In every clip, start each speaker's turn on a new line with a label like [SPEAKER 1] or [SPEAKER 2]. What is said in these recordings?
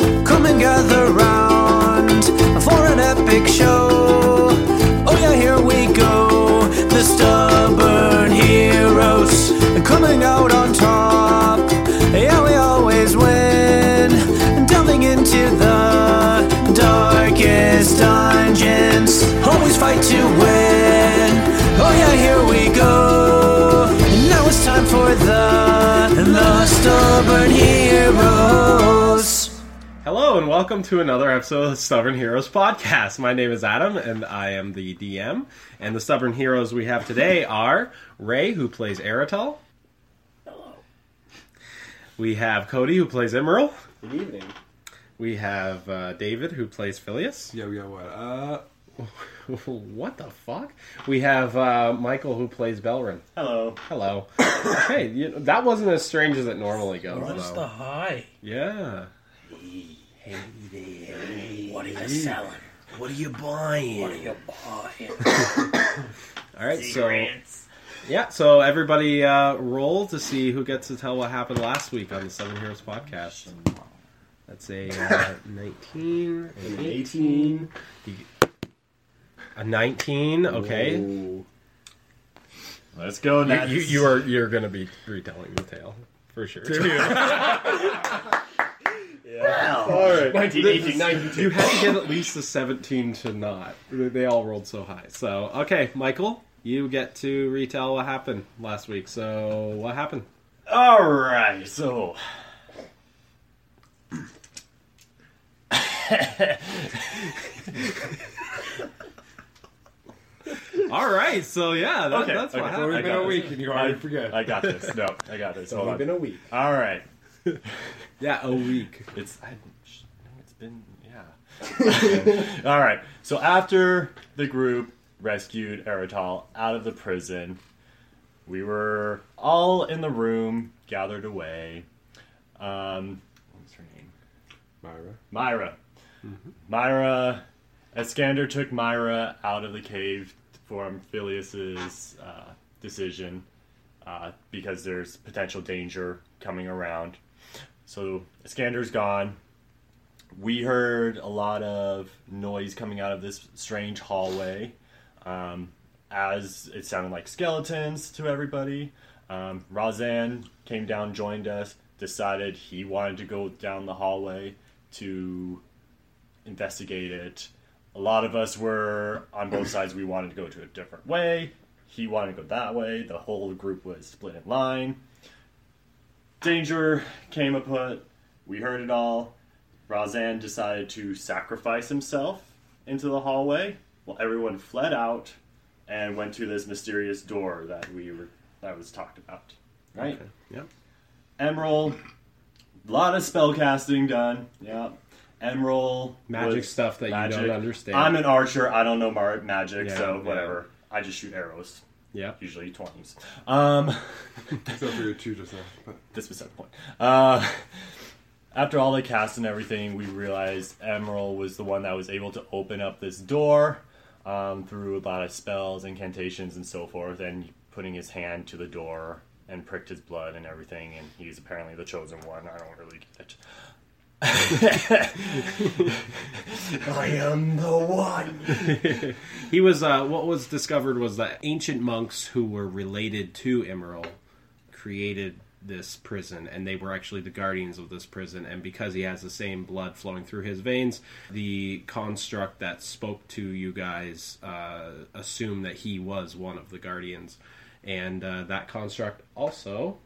[SPEAKER 1] and gather round for an epic show. Oh, yeah, here we go. The stubborn heroes coming out on top. Yeah, we always win. Delving into the darkest dungeons. Always fight to win. Oh, yeah, here we go. Now it's time for the, the stubborn heroes.
[SPEAKER 2] Hello and welcome to another episode of the Stubborn Heroes podcast. My name is Adam and I am the DM. And the stubborn heroes we have today are Ray, who plays Aerotol. Hello. We have Cody, who plays Emerald. Good evening. We have uh, David, who plays Phileas.
[SPEAKER 3] Yeah, we got what? Uh,
[SPEAKER 2] what the fuck? We have uh, Michael, who plays Belrin.
[SPEAKER 4] Hello.
[SPEAKER 2] Hello. okay, you that wasn't as strange as it normally goes.
[SPEAKER 5] What's
[SPEAKER 2] though.
[SPEAKER 5] the high?
[SPEAKER 2] Yeah.
[SPEAKER 5] What are you selling?
[SPEAKER 2] What are you buying?
[SPEAKER 5] What are you buying?
[SPEAKER 2] All right, so yeah, so everybody uh, roll to see who gets to tell what happened last week on the Seven Heroes podcast. That's a uh, nineteen, an
[SPEAKER 4] 18.
[SPEAKER 2] a nineteen. Okay, you,
[SPEAKER 4] Let's go
[SPEAKER 2] you,
[SPEAKER 4] nuts.
[SPEAKER 2] you are you're gonna be retelling the tale for sure.
[SPEAKER 4] Alright.
[SPEAKER 2] you had to get at least a seventeen to not. They- They all rolled so high. So okay, Michael, you get to retell what happened last week. So what happened?
[SPEAKER 4] Alright, so.
[SPEAKER 2] All right, so yeah, that,
[SPEAKER 4] Okay,
[SPEAKER 2] that's what
[SPEAKER 4] okay.
[SPEAKER 2] happened.
[SPEAKER 4] I
[SPEAKER 3] it's been
[SPEAKER 4] got
[SPEAKER 3] a
[SPEAKER 4] this.
[SPEAKER 3] week and you
[SPEAKER 4] I,
[SPEAKER 3] already forget.
[SPEAKER 4] I got this. No, I got this. Hold
[SPEAKER 2] It's
[SPEAKER 4] on.
[SPEAKER 2] been a week.
[SPEAKER 4] Alright.
[SPEAKER 2] Yeah, a week.
[SPEAKER 4] It's. I, sh- no, it's been. Yeah. Alright, so after the group rescued Eritol out of the prison, we were all in the room, gathered away. Um, what was her name?
[SPEAKER 3] Myra.
[SPEAKER 4] Myra. Myra. Iskander took Myra out of the cave from Phileas's uh, decision uh, because there's potential danger coming around. So Iskander's gone. We heard a lot of noise coming out of this strange hallway. Um, as it sounded like skeletons to everybody. Um, Razan came down, joined us, decided he wanted to go down the hallway to investigate it. A lot of us were on both sides. We wanted to go to a different way. He wanted to go that way. The whole group was split in line. Danger came upon. We heard it all. Razan decided to sacrifice himself into the hallway while everyone fled out and went to this mysterious door that we were that was talked about. Right?
[SPEAKER 2] Yep.
[SPEAKER 4] Emerald, a lot of spell casting done. Yeah. Emerald.
[SPEAKER 2] Magic
[SPEAKER 4] was-
[SPEAKER 2] stuff that you don't understand.
[SPEAKER 4] I'm an archer. I don't know mar- magic,
[SPEAKER 2] Yeah,
[SPEAKER 4] so
[SPEAKER 2] yeah.
[SPEAKER 4] whatever. I just shoot arrows,
[SPEAKER 2] Yep.
[SPEAKER 4] usually 20s. Um,
[SPEAKER 3] Except for your two just now. But
[SPEAKER 4] this was at the point. Uh, after all the cast and everything, we realized Emerald was the one that was able to open up this door um, through a lot of spells, incantations, and so forth, and putting his hand to the door and pricked his blood and everything, and he's apparently the chosen one. I don't really get it. I am the one.
[SPEAKER 2] He was. Uh, what was discovered was that ancient monks who were related to Emerald created this prison, and they were actually the guardians of this prison. And because he has the same blood flowing through his veins, the construct that spoke to you guys uh, assumed that he was one of the guardians, and uh, that construct also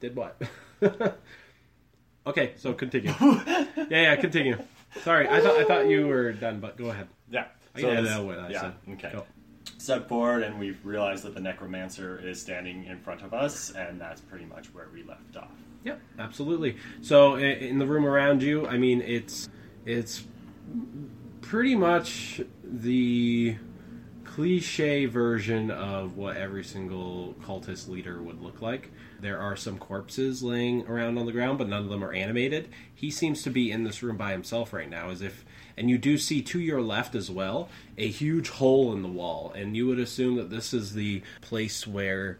[SPEAKER 2] did what? okay, so continue. yeah, yeah, continue. Sorry, I thought I thought you were done, but go ahead.
[SPEAKER 4] Yeah.
[SPEAKER 2] So yeah,
[SPEAKER 4] this-
[SPEAKER 2] that what I
[SPEAKER 4] yeah,
[SPEAKER 2] said.
[SPEAKER 4] Okay.
[SPEAKER 2] Go.
[SPEAKER 4] step forward and we realize that the necromancer is standing in front of us and that's pretty much where we left off
[SPEAKER 2] Yep, absolutely. So i- in the room around you, I mean, it's it's pretty much the cliche version of what every single cultist leader would look like. There are some corpses laying around on the ground, but none of them are animated. He seems to be in this room by himself right now, as if. And you do see to your left as well a huge hole in the wall, and you would assume that this is the place where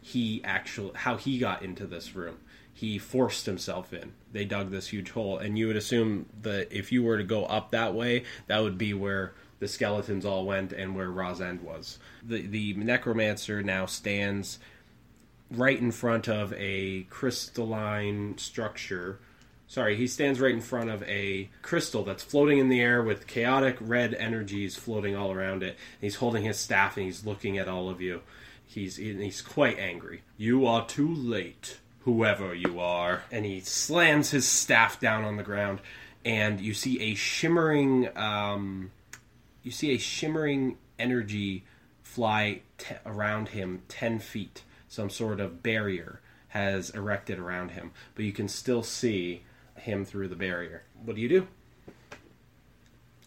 [SPEAKER 2] he actual how he got into this room. he forced himself in. They dug this huge hole, and you would assume that if you were to go up that way, that would be where the skeletons all went and where Razend was. The the necromancer now stands right in front of a crystalline structure. Sorry, he stands right in front of a crystal that's floating in the air with chaotic red energies floating all around it. He's holding his staff and he's looking at all of you. He's and he's quite angry. You are too late, whoever you are. And he slams his staff down on the ground, and you see a shimmering um, you see a shimmering energy fly te- around him 10 feet. Some sort of barrier has erected around him, but you can still see him through the barrier. What do you do?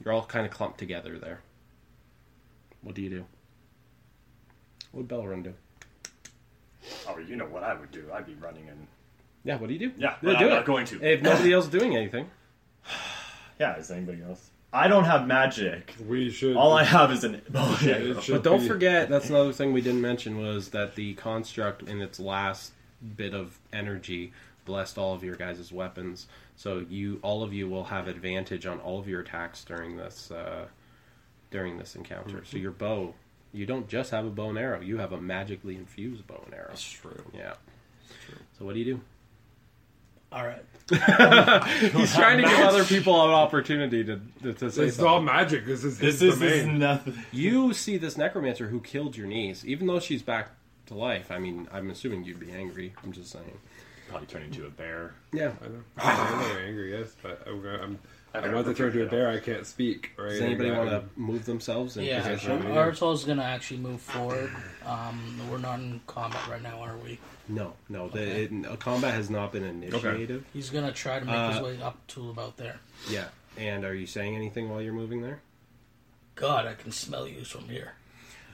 [SPEAKER 2] You're all kind of clumped together there. What do you do? What would Belrun do?
[SPEAKER 4] Oh, you know what I would do? I'd be running and
[SPEAKER 2] Yeah, what do you do?
[SPEAKER 4] Yeah,
[SPEAKER 2] do
[SPEAKER 4] but I'm not going to.
[SPEAKER 2] If nobody else is doing anything,
[SPEAKER 4] yeah. Is anybody else? I don't have magic.
[SPEAKER 3] We should.
[SPEAKER 4] All I have is an. Oh, yeah,
[SPEAKER 3] It should
[SPEAKER 2] but don't
[SPEAKER 3] be-
[SPEAKER 2] forget that's another thing we didn't mention was that the construct in its last bit of energy blessed all of your guys' weapons so you all of you will have advantage on all of your attacks during this uh, during this encounter so your bow you don't just have a bow and arrow you have a magically infused bow and arrow
[SPEAKER 3] That's true.
[SPEAKER 2] yeah so what do you do
[SPEAKER 5] All right.
[SPEAKER 2] he's trying to give other people an opportunity to, to, to say
[SPEAKER 3] It's
[SPEAKER 2] something.
[SPEAKER 3] all magic. This is his
[SPEAKER 4] This is, this is
[SPEAKER 3] domain.
[SPEAKER 4] nothing.
[SPEAKER 2] You see this necromancer who killed your niece, even though she's back to life. I mean, I'm assuming you'd be angry. I'm just saying.
[SPEAKER 4] Probably turn into a bear.
[SPEAKER 2] Yeah.
[SPEAKER 3] I know. I'm really angry, yes, but I'm, gonna- I'm,
[SPEAKER 4] I
[SPEAKER 3] I'm about to turn to a bear. I can't speak. um, Or
[SPEAKER 2] Does
[SPEAKER 3] anything,
[SPEAKER 2] anybody
[SPEAKER 3] but
[SPEAKER 2] want to
[SPEAKER 3] I'm-
[SPEAKER 2] move themselves in
[SPEAKER 5] Yeah,
[SPEAKER 2] position?
[SPEAKER 3] sure.
[SPEAKER 5] Artol's gonna actually move forward. Um, we're not in combat right now, are we?
[SPEAKER 2] No, no. The, it, a combat has not been initiated.
[SPEAKER 5] He's gonna try to make his
[SPEAKER 2] Uh,
[SPEAKER 5] way up to about there.
[SPEAKER 2] Yeah. And are you saying anything while you're moving there?
[SPEAKER 5] God, I can smell you from here.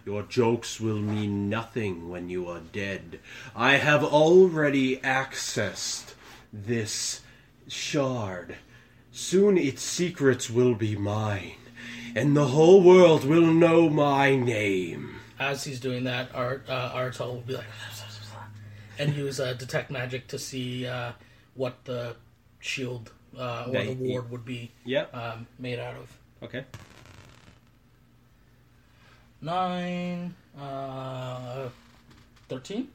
[SPEAKER 2] Your jokes will mean nothing when you are dead. I have already accessed this shard. Soon its secrets will be mine, and the whole world will know my name.
[SPEAKER 5] As he's doing that, Art uh, Artol will be like, and use uh, detect magic to see uh, what the shield uh, or
[SPEAKER 2] Yeah,
[SPEAKER 5] the
[SPEAKER 2] he-
[SPEAKER 5] ward would be
[SPEAKER 2] Yeah.
[SPEAKER 5] um, made out of.
[SPEAKER 2] Okay.
[SPEAKER 5] Nine, uh, thirteen.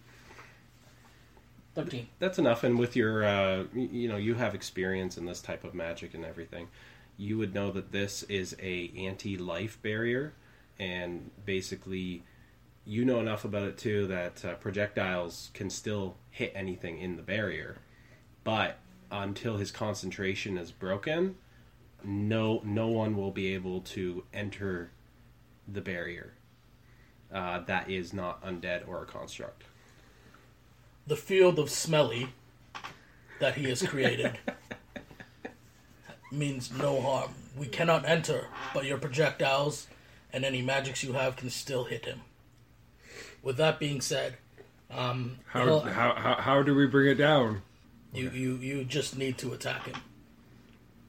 [SPEAKER 5] Thirteen.
[SPEAKER 2] That's enough. And with your, uh, y- you know, you have experience in this type of magic and everything. You would know that this is a anti-life barrier, and basically, you know enough about it too that uh, projectiles can still hit anything in the barrier, but until his concentration is broken, no, no one will be able to enter the barrier. Uh, that is not undead or a construct.
[SPEAKER 5] The field of smelly that he has created means no harm. We cannot enter, but your projectiles and any magics you have can still hit him. With that being said, um,
[SPEAKER 3] How,
[SPEAKER 5] he'll-
[SPEAKER 3] how, how, how do we bring it down?
[SPEAKER 5] you, you you just need to attack him.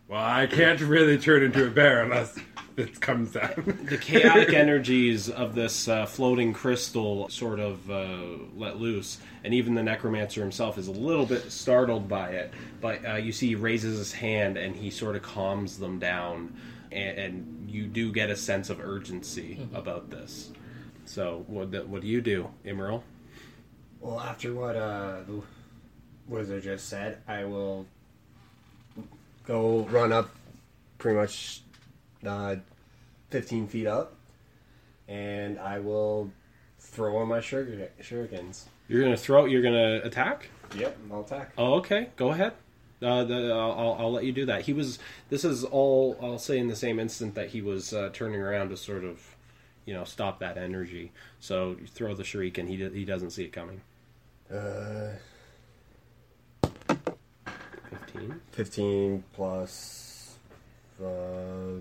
[SPEAKER 3] Well, I can't really turn into a bear unless it comes down.
[SPEAKER 2] the chaotic energies of this uh, floating crystal sort of uh, let loose, and even the necromancer himself is a little bit startled by it. But uh, you see, he raises his hand and he sort of calms them down, and, and you do get a sense of urgency about this. So, what the, what do you do, Emerald?
[SPEAKER 6] Well, after what uh, the wizard just said, I will go run up pretty much uh, 15 feet up, and I will throw on my shuriken- shurikens.
[SPEAKER 2] You're gonna throw. You're gonna attack.
[SPEAKER 6] Yep, I'll attack.
[SPEAKER 2] Oh, okay. Go ahead. Uh, the, I'll, I'll- I'll let you do that. He was. This is all. I'll say in the same instant that he was uh, turning around to sort of, you know, stop that energy. So you throw the shriek, and he do- he doesn't see it coming.
[SPEAKER 6] Uh,
[SPEAKER 2] Fifteen.
[SPEAKER 6] 15 plus. Uh, oh,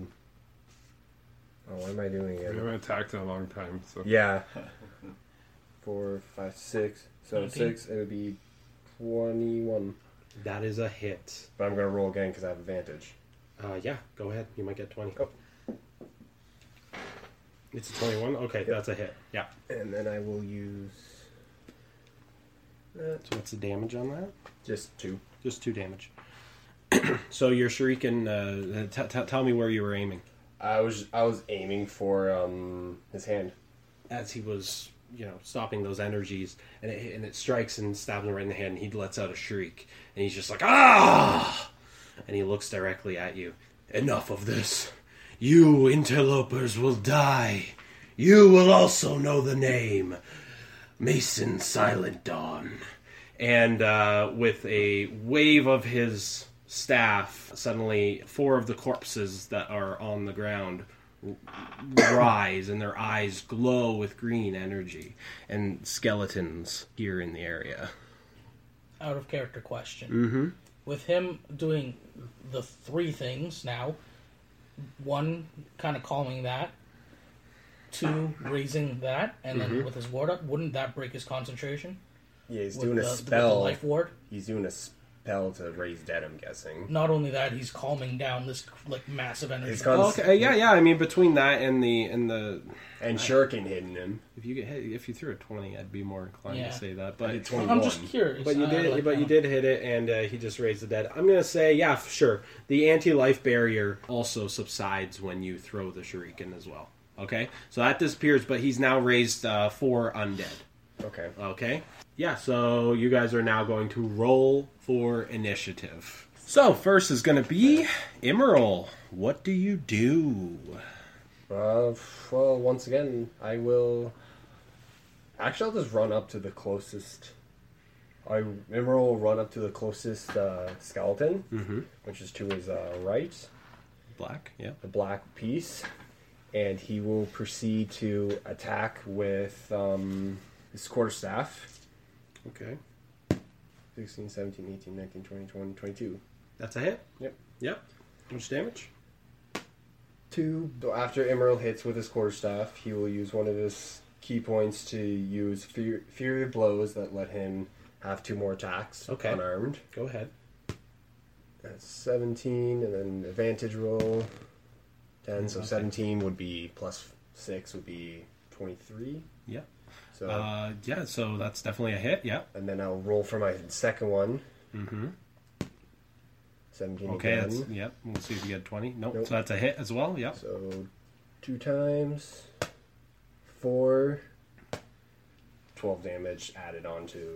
[SPEAKER 6] what am I doing
[SPEAKER 3] I
[SPEAKER 6] again?
[SPEAKER 3] haven't attacked in a long time, so.
[SPEAKER 6] Yeah. Four, five, six. So
[SPEAKER 5] Nineteen.
[SPEAKER 6] six, it would be 21.
[SPEAKER 2] That is a hit.
[SPEAKER 6] But I'm gonna roll again because I have advantage.
[SPEAKER 2] Uh, yeah. Go ahead. You might get twenty.
[SPEAKER 6] Oh.
[SPEAKER 2] It's a twenty-one. Okay, that's a hit. Yeah.
[SPEAKER 6] And then I will use
[SPEAKER 2] So what's the damage on that?
[SPEAKER 6] Just two.
[SPEAKER 2] Just two damage. so your shuriken, uh, t- t- tell me where you were aiming.
[SPEAKER 6] I was I was aiming for um his hand.
[SPEAKER 2] As he was, you know, stopping those energies, and it, and it strikes and stabs him right in the hand, and he lets out a shriek, and he's just like, ah! And he looks directly at you. Enough of this. You interlopers will die. You will also know the name. Mason Silent Dawn. And uh, with a wave of his staff, suddenly four of the corpses that are on the ground rise and their eyes glow with green energy and skeletons here in the area.
[SPEAKER 5] out of character question. Mm-hmm. With him doing the three things now, one kind of calming that, two raising that, and then with his ward up, wouldn't that break his concentration?
[SPEAKER 6] Yeah, he's
[SPEAKER 5] With
[SPEAKER 6] doing a
[SPEAKER 5] the- with the
[SPEAKER 6] spell.
[SPEAKER 5] life ward.
[SPEAKER 6] He's doing a spell to raise dead. I'm guessing.
[SPEAKER 5] Not only that, he's calming down this like massive energy.
[SPEAKER 6] He's got-
[SPEAKER 2] okay, yeah, yeah. I mean, between that and the and the,
[SPEAKER 6] And Shuriken hitting him.
[SPEAKER 2] if you get hit, if you threw a twenty, I'd be more inclined
[SPEAKER 5] Yeah.
[SPEAKER 2] to say that. But
[SPEAKER 6] It's
[SPEAKER 5] I'm
[SPEAKER 6] 21.
[SPEAKER 5] just curious.
[SPEAKER 2] But you
[SPEAKER 5] I-
[SPEAKER 2] did,
[SPEAKER 5] I like
[SPEAKER 2] but you
[SPEAKER 5] that.
[SPEAKER 2] did hit it, and uh, he just raised the dead. I'm gonna say, yeah, f- sure. The anti-life barrier also subsides when you throw the shuriken as well. Okay, so that disappears, but he's now raised uh, four undead.
[SPEAKER 6] Okay.
[SPEAKER 2] Okay, yeah. So you guys are now going to roll for initiative. So first is gonna be Emerald. What do you do?
[SPEAKER 6] Uh, well, once again, I will. Actually, I'll just run up to the closest. I Emerald will run up to the closest uh, skeleton, which is to his uh, right,
[SPEAKER 2] Black. Yeah.
[SPEAKER 6] the black piece, and he will proceed to attack with um, his quarterstaff.
[SPEAKER 2] Okay.
[SPEAKER 6] 16, 17, 18, 19, 20, 21, 22.
[SPEAKER 2] That's a hit.
[SPEAKER 6] Yep.
[SPEAKER 2] Yep. How much damage?
[SPEAKER 6] Two. After Emerald hits with his quarterstaff, he will use one of his key points to use Fury, Fury of Blows that let him have two more attacks
[SPEAKER 2] Okay.
[SPEAKER 6] unarmed.
[SPEAKER 2] Go ahead.
[SPEAKER 6] That's 17, and then advantage roll 10. So 17 would be plus 6 would be 23.
[SPEAKER 2] Yep.
[SPEAKER 6] So
[SPEAKER 2] Uh, yeah. So that's definitely a hit. Yep.
[SPEAKER 6] And then I'll roll for my second one.
[SPEAKER 2] Mm-hmm.
[SPEAKER 6] 17
[SPEAKER 2] Okay,
[SPEAKER 6] again.
[SPEAKER 2] that's, yep. We'll see if you get 20. Nope.
[SPEAKER 6] Nope.
[SPEAKER 2] So that's a hit as well. Yep.
[SPEAKER 6] So two times four. 12 damage added on to.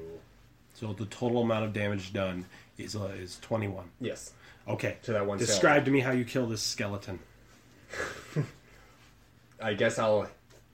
[SPEAKER 2] So the total amount of damage done is uh, is 21.
[SPEAKER 6] Yes.
[SPEAKER 2] Okay.
[SPEAKER 6] To that one
[SPEAKER 2] Describe to me how you kill this skeleton.
[SPEAKER 6] I guess I'll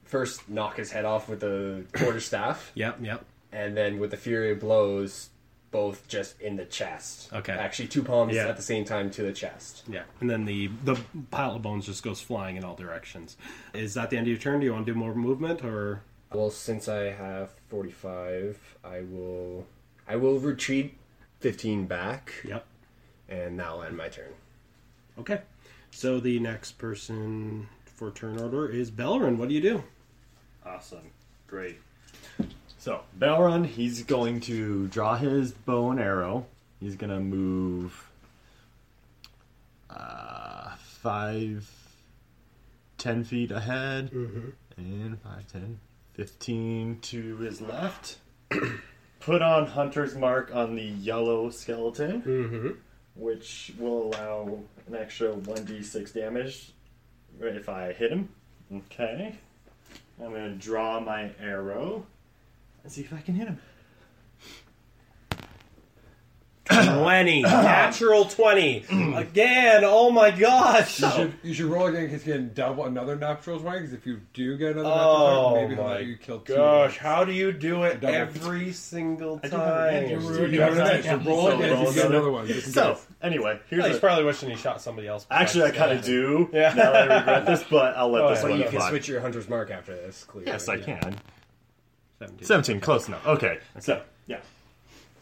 [SPEAKER 6] first knock his head off with the quarterstaff,
[SPEAKER 2] Yep, yep.
[SPEAKER 6] and then with the fury of blows, both just in the chest.
[SPEAKER 2] Okay.
[SPEAKER 6] Actually, two palms
[SPEAKER 2] Yeah.
[SPEAKER 6] at the same time to the chest.
[SPEAKER 2] Yeah. And then the, the pile of bones just goes flying in all directions. Is that the end of your turn? Do you want to do more movement or.
[SPEAKER 6] Well, since I have 45, I will I will retreat 15 back,
[SPEAKER 2] Yep.
[SPEAKER 6] and that'll end my turn.
[SPEAKER 2] Okay. So the next person for turn order is Belrin. What do you do?
[SPEAKER 4] Awesome. Great. So, Belron, he's going to draw his bow and arrow. He's going to move uh, 5, 10 feet ahead. And 5, 10, 15 to his left. Put on Hunter's Mark on the yellow skeleton, which will allow an extra 1d6 damage if I hit him. Okay. I'm gonna draw my arrow and see if I can hit him.
[SPEAKER 2] 20. Natural 20. Again. Oh my gosh.
[SPEAKER 3] You should, you should roll again because you can double another natural 20 because if you do get another
[SPEAKER 2] Oh
[SPEAKER 3] natural 20, maybe he'll
[SPEAKER 2] my
[SPEAKER 3] let you kill two.
[SPEAKER 2] Gosh, how do you do it
[SPEAKER 3] Double.
[SPEAKER 2] every single
[SPEAKER 4] I do have
[SPEAKER 2] time?
[SPEAKER 4] advantage.
[SPEAKER 3] You have another natural.
[SPEAKER 5] Yeah.
[SPEAKER 3] Roll
[SPEAKER 4] So roll
[SPEAKER 3] again if you get
[SPEAKER 4] another-
[SPEAKER 3] another one. Just in
[SPEAKER 4] So
[SPEAKER 3] case.
[SPEAKER 4] anyway,
[SPEAKER 2] Yeah,
[SPEAKER 4] here's
[SPEAKER 2] He's
[SPEAKER 4] a,
[SPEAKER 2] probably wishing he shot somebody else.
[SPEAKER 4] actually I kind of do.
[SPEAKER 2] Yeah.
[SPEAKER 4] Now that I regret this, but I'll let
[SPEAKER 2] Oh,
[SPEAKER 4] this
[SPEAKER 2] yeah.
[SPEAKER 6] But
[SPEAKER 4] one
[SPEAKER 6] you can
[SPEAKER 4] fly.
[SPEAKER 6] switch your hunter's mark after this, clearly.
[SPEAKER 4] Yes, I can.
[SPEAKER 2] 17.
[SPEAKER 4] Seventeen, close enough. Okay. So yeah.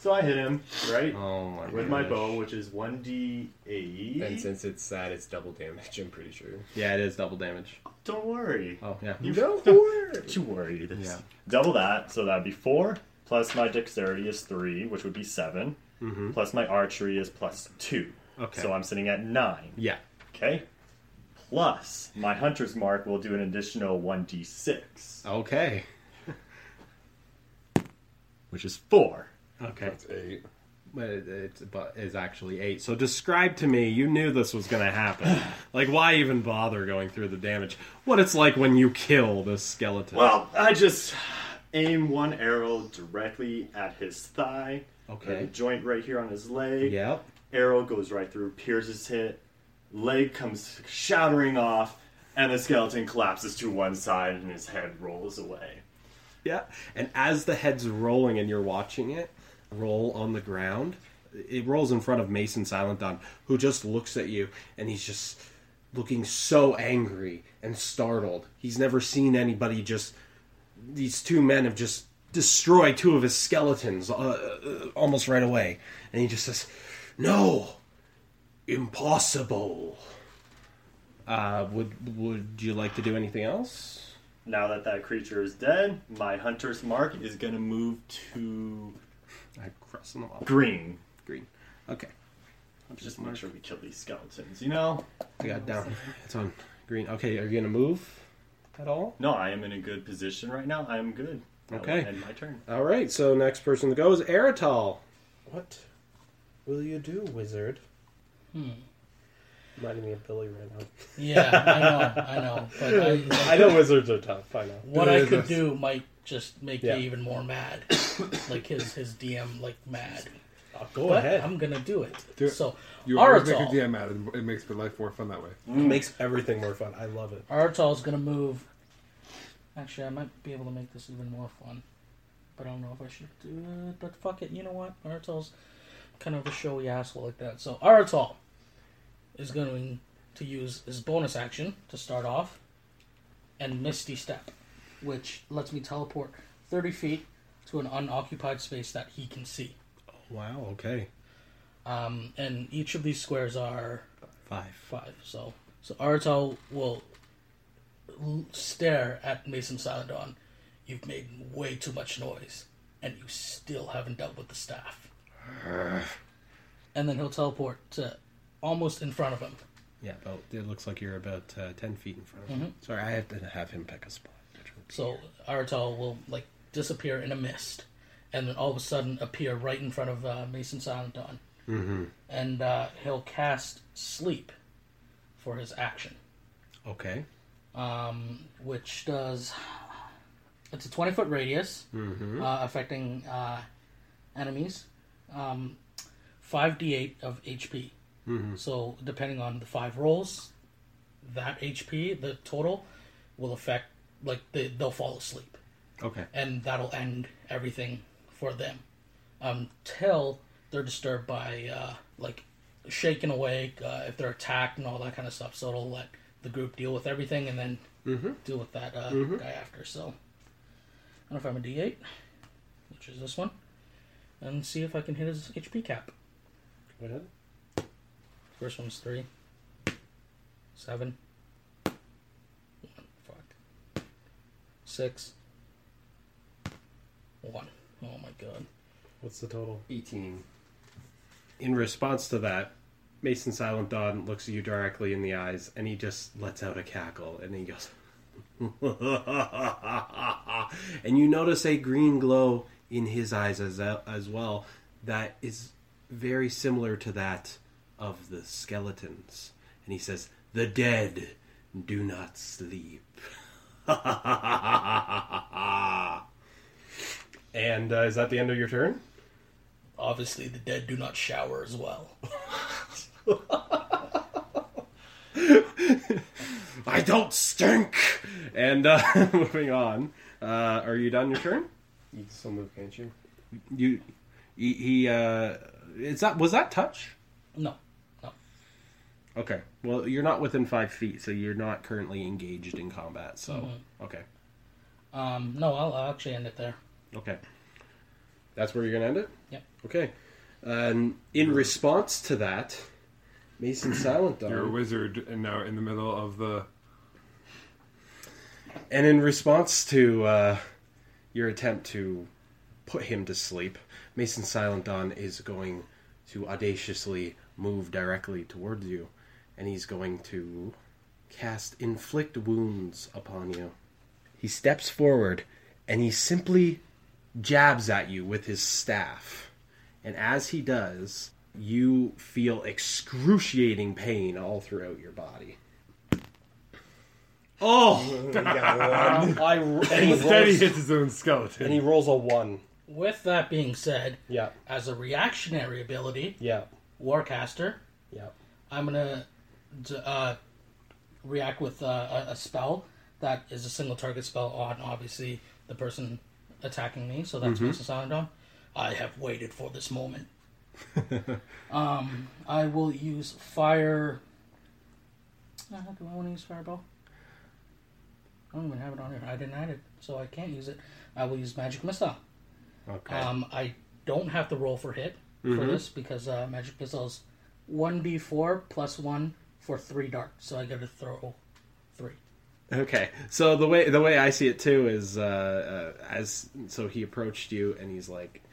[SPEAKER 4] So I hit him right
[SPEAKER 2] Oh my
[SPEAKER 4] with my
[SPEAKER 2] gosh.
[SPEAKER 4] bow, which is one d
[SPEAKER 6] And
[SPEAKER 4] eight.
[SPEAKER 6] since it's that, it's double damage, I'm pretty sure.
[SPEAKER 2] Yeah, it is double damage.
[SPEAKER 4] Don't worry.
[SPEAKER 2] Oh yeah.
[SPEAKER 4] You
[SPEAKER 6] Don't worry!
[SPEAKER 4] Too worried.
[SPEAKER 2] Yeah.
[SPEAKER 4] Double that, so that'd be four. Plus my dexterity is three, which would be 7 Plus my archery is plus two.
[SPEAKER 2] Mm-hmm. Okay.
[SPEAKER 4] So I'm sitting at nine.
[SPEAKER 2] Yeah.
[SPEAKER 4] Okay. Plus my hunter's mark will do an additional one d six,
[SPEAKER 2] Okay.
[SPEAKER 4] which is four.
[SPEAKER 2] Okay.
[SPEAKER 3] That's eight.
[SPEAKER 2] But it, it's but is actually eight. So describe to me. You knew this was going to happen. like, why even bother going through the damage? What it's like when you kill this skeleton?
[SPEAKER 4] Well, I just aim one arrow directly at his thigh.
[SPEAKER 2] Okay.
[SPEAKER 4] The joint right here on his leg.
[SPEAKER 2] Yep.
[SPEAKER 4] Arrow goes right through, pierces hit. Leg comes shattering off, and the skeleton collapses to one side, and his head rolls away.
[SPEAKER 2] Yeah. And as the head's rolling and you're watching it roll on the ground, it rolls in front of Mason Silent Dawn, who just looks at you and he's just looking so angry and startled. He's never seen anybody just. These two men have just destroyed two of his skeletons uh, uh, almost right away. And he just says, No! Impossible! Uh, would would you like to do anything else?
[SPEAKER 4] Now that that creature is dead, my hunter's mark is going to move to
[SPEAKER 2] I'm crossing them off.
[SPEAKER 4] green.
[SPEAKER 2] Green. Okay.
[SPEAKER 4] I'm just make sure we kill these skeletons, you know?
[SPEAKER 2] I got it down. It's on green. Okay, are you gonna move at all?
[SPEAKER 4] No, I am in a good position right now. I am good. I will
[SPEAKER 2] Okay.
[SPEAKER 4] End my turn.
[SPEAKER 2] All right. So next person to go is Eritol. What will you do, wizard? Hmm. Reminding me of Billy right
[SPEAKER 5] Yeah, I know, I know. But I,
[SPEAKER 2] now. I know wizards are tough. I know.
[SPEAKER 5] what I could do might just make
[SPEAKER 2] Yeah.
[SPEAKER 5] me even more mad. like his his DM like mad.
[SPEAKER 2] go
[SPEAKER 5] But
[SPEAKER 2] ahead.
[SPEAKER 5] I'm gonna do it.
[SPEAKER 3] Do it.
[SPEAKER 5] So
[SPEAKER 3] You always make a
[SPEAKER 5] Aratal.
[SPEAKER 3] DM out. It makes my life more fun that way.
[SPEAKER 2] It makes everything more fun. I love it.
[SPEAKER 5] Artal's gonna move. Actually, I might be able to make this even more fun, but I don't know if I should do it. But fuck it, you know what? Artal's kind of a showy asshole like that. So Artal is going to use his bonus action to start off, and Misty Step, which lets me teleport 30 feet to an unoccupied space that he can see.
[SPEAKER 2] Wow. Okay.
[SPEAKER 5] Um, and each of these squares are
[SPEAKER 2] Five.
[SPEAKER 5] five. So, so Aratal will l- stare at Mason Saladon. You've made way too much noise, and you still haven't dealt with the staff. and then he'll teleport to almost in front of him.
[SPEAKER 2] Yeah. About. It looks like you're about uh, ten feet in front of him.
[SPEAKER 5] Mm-hmm.
[SPEAKER 2] Sorry, I have to have him pick a spot. which would be-
[SPEAKER 5] So Aratal will like disappear in a mist, and then all of a sudden appear right in front of uh, Mason Saladon. Mm-hmm. And uh, he'll cast sleep for his action.
[SPEAKER 2] Okay.
[SPEAKER 5] which does it's a 20 foot radius uh, affecting uh, enemies um, 5d8 of hp so depending on the five rolls that hp the total will affect like they, they'll fall asleep
[SPEAKER 2] Okay.
[SPEAKER 5] and that'll end everything for them until they're disturbed by uh, like shaken awake uh, if they're attacked and all that kind of stuff so it'll let the group deal with everything and then deal with that uh, guy after so i don't know if i'm a d8 which is this one and see if i can hit his hp cap
[SPEAKER 2] What is it?
[SPEAKER 5] first one's three seven one fuck six one oh my god
[SPEAKER 2] What's the total?
[SPEAKER 6] 18.
[SPEAKER 2] In response to that, Mason Silent Dawn looks at you directly in the eyes and he just lets out a cackle and he goes, and you notice a green glow in his eyes as, as well that is very similar to that of the skeletons. And he says, The dead do not sleep. and uh, is that the end of your turn?
[SPEAKER 5] obviously the dead do not shower as well.
[SPEAKER 2] I don't stink. And uh, moving on, uh, are you done your turn?
[SPEAKER 6] You can still move, can't you?
[SPEAKER 2] You, he, he uh, is that was that touch?
[SPEAKER 5] No, no.
[SPEAKER 2] Okay. Well, you're not within five feet, so you're not currently engaged in combat. So okay,
[SPEAKER 5] Um, no, I'll, I'll actually end it there.
[SPEAKER 2] okay. That's where you're gonna end it.
[SPEAKER 5] Yep.
[SPEAKER 2] Okay. Um, in response to that, Mason Silent
[SPEAKER 3] You're a
[SPEAKER 2] Dawn,
[SPEAKER 3] wizard, and now in the middle of the
[SPEAKER 2] and in response to uh, your attempt to put him to sleep, Mason Silent Dawn is going to audaciously move directly towards you, and he's going to cast Inflict Wounds upon you. He steps forward and he simply jabs at you with his staff. And as he does, you feel excruciating pain all throughout your body. Oh!
[SPEAKER 6] We got one.
[SPEAKER 2] I, and, he
[SPEAKER 3] Instead, he
[SPEAKER 2] rolls,
[SPEAKER 3] hits his own
[SPEAKER 2] and
[SPEAKER 3] skeleton.
[SPEAKER 2] he rolls a one.
[SPEAKER 5] With that being said,
[SPEAKER 2] Yeah,
[SPEAKER 5] as a reactionary ability,
[SPEAKER 2] yeah,
[SPEAKER 5] Warcaster,
[SPEAKER 2] yeah.
[SPEAKER 5] I'm gonna d- uh, react with uh, a, a spell that is a single target spell on obviously the person attacking me. So that's Mrs. Sound I have waited for this moment. um, I will use fire. Uh, do I want to use fireball? I don't even have it on here. I didn't add it, so I can't use it. I will use magic missile.
[SPEAKER 2] Okay.
[SPEAKER 5] Um, I don't have to roll for hit
[SPEAKER 2] Mm-hmm.
[SPEAKER 5] for this because uh, magic missile is one d four plus one for three darts, so I got to throw three.
[SPEAKER 2] Okay, so the way the way I see it too is uh, uh, as so he approached you and he's like,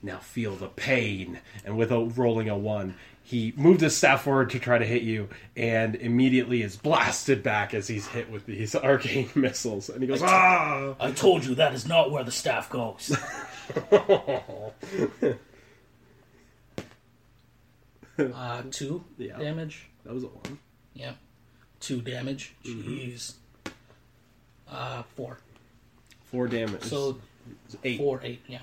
[SPEAKER 2] "Now feel the pain," and with a rolling a one, he moved his staff forward to try to hit you, and immediately is blasted back as he's hit with these arcane missiles, and he goes, "Ah!"
[SPEAKER 5] I told you that is not where the staff goes. uh, two
[SPEAKER 2] Yeah.
[SPEAKER 5] damage.
[SPEAKER 2] That was a one.
[SPEAKER 5] Yeah, two damage.
[SPEAKER 2] Mm-hmm.
[SPEAKER 5] Jeez. Uh, four.
[SPEAKER 2] Four damage.
[SPEAKER 5] So
[SPEAKER 2] It's eight,
[SPEAKER 5] four, eight. Yeah,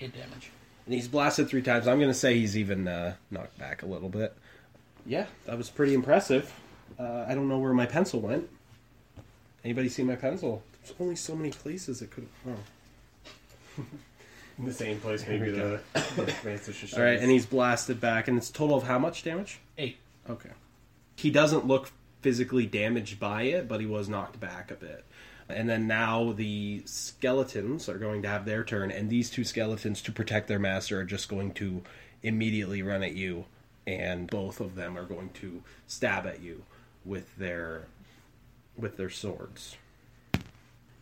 [SPEAKER 5] eight damage.
[SPEAKER 2] and he's blasted three times. I'm gonna say he's even uh, knocked back a little bit. Yeah, that was pretty impressive. Uh, I don't know where my pencil went. Anybody see my pencil? There's only so many places it could have. Oh.
[SPEAKER 4] In the same place, maybe
[SPEAKER 2] we go.
[SPEAKER 4] the Master should
[SPEAKER 2] All right, and he's blasted back, and it's a total of how much damage?
[SPEAKER 5] Eight.
[SPEAKER 2] Okay. He doesn't look physically damaged by it, but he was knocked back a bit. And then now the skeletons are going to have their turn, and these two skeletons, to protect their master, are just going to immediately run at you, and both of them are going to stab at you with their with their swords.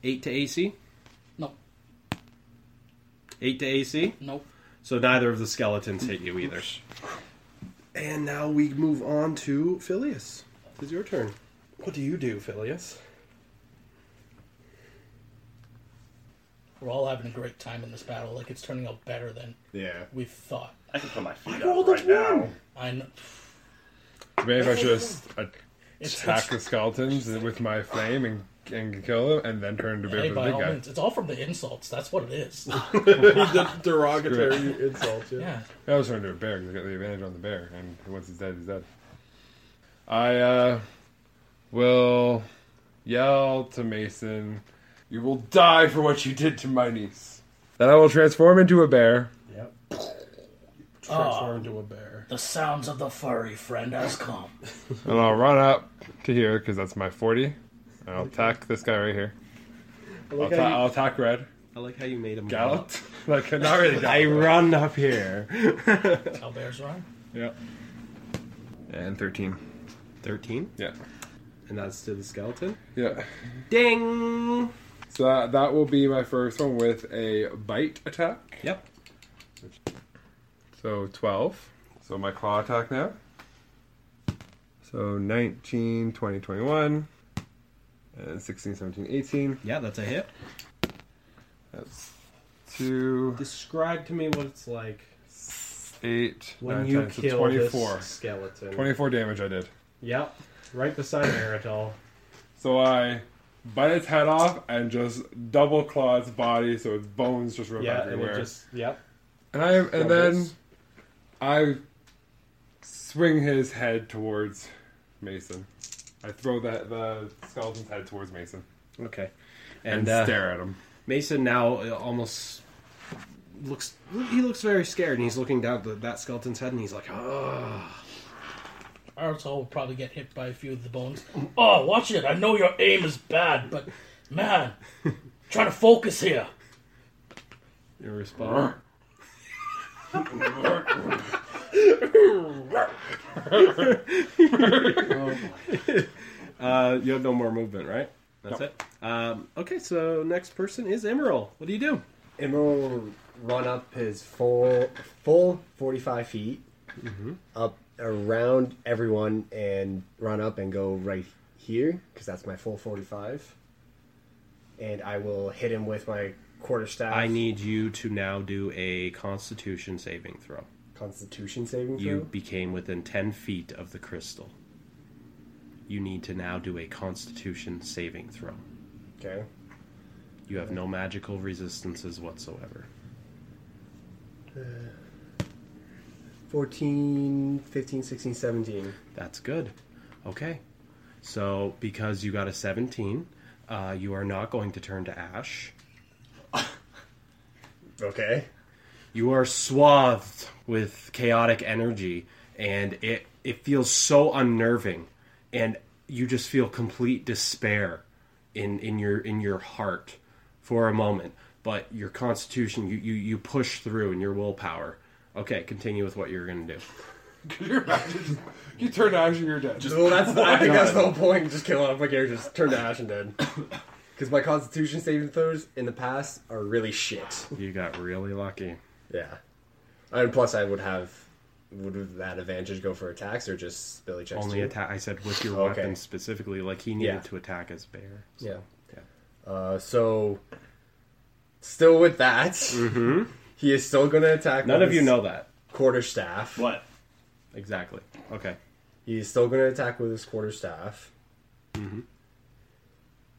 [SPEAKER 2] Eight to AC.
[SPEAKER 5] Nope.
[SPEAKER 2] Eight to AC.
[SPEAKER 5] Nope.
[SPEAKER 2] So neither of the skeletons hit you either. And now we move on to Phileas. It's your turn. What do you do, Phileas?
[SPEAKER 5] We're all having a great time in this battle. Like it's turning out better than
[SPEAKER 4] yeah.
[SPEAKER 5] we thought.
[SPEAKER 4] I can put my feet
[SPEAKER 2] rolled
[SPEAKER 4] up
[SPEAKER 2] a
[SPEAKER 4] right now.
[SPEAKER 2] one.
[SPEAKER 5] I know.
[SPEAKER 3] Maybe I just attack
[SPEAKER 5] it's-
[SPEAKER 3] the skeletons with my flame and, and kill them, and then turn into a
[SPEAKER 5] Hey,
[SPEAKER 3] big
[SPEAKER 5] by all
[SPEAKER 3] guy.
[SPEAKER 5] means, it's all from the insults. That's what it is.
[SPEAKER 3] Screw it.
[SPEAKER 4] Derogatory insult.
[SPEAKER 5] yeah.
[SPEAKER 3] I was trying to do a bear because I got the advantage on the bear, and once he's dead, he's dead. I uh, will yell to Mason, "You will die for what you did to my niece." Then I will transform into a bear.
[SPEAKER 2] Yep.
[SPEAKER 5] Ah,
[SPEAKER 2] into a bear.
[SPEAKER 5] the sounds of the furry friend has come.
[SPEAKER 3] And I'll run up to here because that's my 40. And I'll attack this guy right here.
[SPEAKER 2] I
[SPEAKER 3] I'll,
[SPEAKER 2] like,
[SPEAKER 3] ta-
[SPEAKER 2] how
[SPEAKER 3] I'll attack red.
[SPEAKER 2] you, I like how you made him
[SPEAKER 3] Gallop. like, not really
[SPEAKER 2] I
[SPEAKER 3] gallop.
[SPEAKER 2] run up here.
[SPEAKER 5] That's how bears run.
[SPEAKER 3] yeah. And 13.
[SPEAKER 2] Thirteen,
[SPEAKER 3] Yeah.
[SPEAKER 2] and that's to the skeleton.
[SPEAKER 3] Yeah.
[SPEAKER 2] Ding.
[SPEAKER 3] So that, that will be my first one with a bite attack.
[SPEAKER 2] Yep.
[SPEAKER 3] So 12. So my claw attack now. So 19, 20, 21. And 16, 17, 18.
[SPEAKER 2] Yeah, that's a hit.
[SPEAKER 3] That's 2,
[SPEAKER 2] Describe to me what it's like
[SPEAKER 3] 8,
[SPEAKER 2] when
[SPEAKER 3] nine,
[SPEAKER 2] you
[SPEAKER 3] 10, so
[SPEAKER 2] kill
[SPEAKER 3] 24.
[SPEAKER 2] this skeleton.
[SPEAKER 3] 24 damage I did.
[SPEAKER 2] Yep. Right beside Eritol.
[SPEAKER 3] So I bite its head off and just double claw its body so its bones just rip
[SPEAKER 2] yeah, and
[SPEAKER 3] everywhere.
[SPEAKER 2] it just yep.
[SPEAKER 3] and I and then
[SPEAKER 2] Rubbers.
[SPEAKER 3] I swing his head towards Mason. I throw that the skeleton's head towards Mason
[SPEAKER 2] Okay.
[SPEAKER 3] and,
[SPEAKER 2] uh,
[SPEAKER 3] stare at him.
[SPEAKER 2] Mason now uh, almost looks. He looks very scared, and he's looking down at the- that skeleton's head, and he's like, "Ah."
[SPEAKER 5] Arto will probably get hit by a few of the bones. Oh, watch it. I know your aim is bad, but man, try to focus here.
[SPEAKER 2] You respond. uh, you have no more movement, right? That's
[SPEAKER 3] Nope.
[SPEAKER 2] it. Um, okay, so next person is Emerald. What do you do?
[SPEAKER 6] Emerald will run up his full full 45 feet
[SPEAKER 2] Mm-hmm.
[SPEAKER 6] up around everyone and run up and go right here because that's my full 45 and i will hit him with my quarterstaff.
[SPEAKER 2] I need you to now do a Constitution saving throw.
[SPEAKER 6] Constitution saving throw.
[SPEAKER 2] You became within ten feet of the crystal. You need to now do a Constitution saving throw.
[SPEAKER 6] Okay.
[SPEAKER 2] You have no magical resistances whatsoever.
[SPEAKER 6] 14, 15, 16, 17.
[SPEAKER 2] That's good. Okay. So, because you got a 17, uh, you are not going to turn to ash.
[SPEAKER 6] Okay.
[SPEAKER 2] You are swathed with chaotic energy, and it, it feels so unnerving, and you just feel complete despair in, in your in your heart for a moment. But your constitution, you, you, you push through, and your willpower. Okay, continue with what you're going to do.
[SPEAKER 3] You're not- you turn to ash and you're dead.
[SPEAKER 6] Well, that's. I think that's the whole point. Just kill off my characters, turn to ash and dead. Because my Constitution saving throws in the past are really shit.
[SPEAKER 2] You got really lucky.
[SPEAKER 6] Yeah. And plus, I would have. Would that advantage go for attacks or just spilly checks?
[SPEAKER 2] Only
[SPEAKER 6] too?
[SPEAKER 2] attack. I said with your
[SPEAKER 6] Okay.
[SPEAKER 2] weapon specifically. Like he needed
[SPEAKER 6] Yeah.
[SPEAKER 2] to attack his bear.
[SPEAKER 6] Yeah.
[SPEAKER 2] Yeah.
[SPEAKER 6] Uh, so, still with that, he is still going to attack.
[SPEAKER 2] Mm-hmm. None
[SPEAKER 6] with
[SPEAKER 2] of you
[SPEAKER 6] his
[SPEAKER 2] know that
[SPEAKER 6] quarterstaff.
[SPEAKER 4] What?
[SPEAKER 2] exactly. Okay.
[SPEAKER 6] He is still going to attack with his quarterstaff.
[SPEAKER 2] Mm-hmm.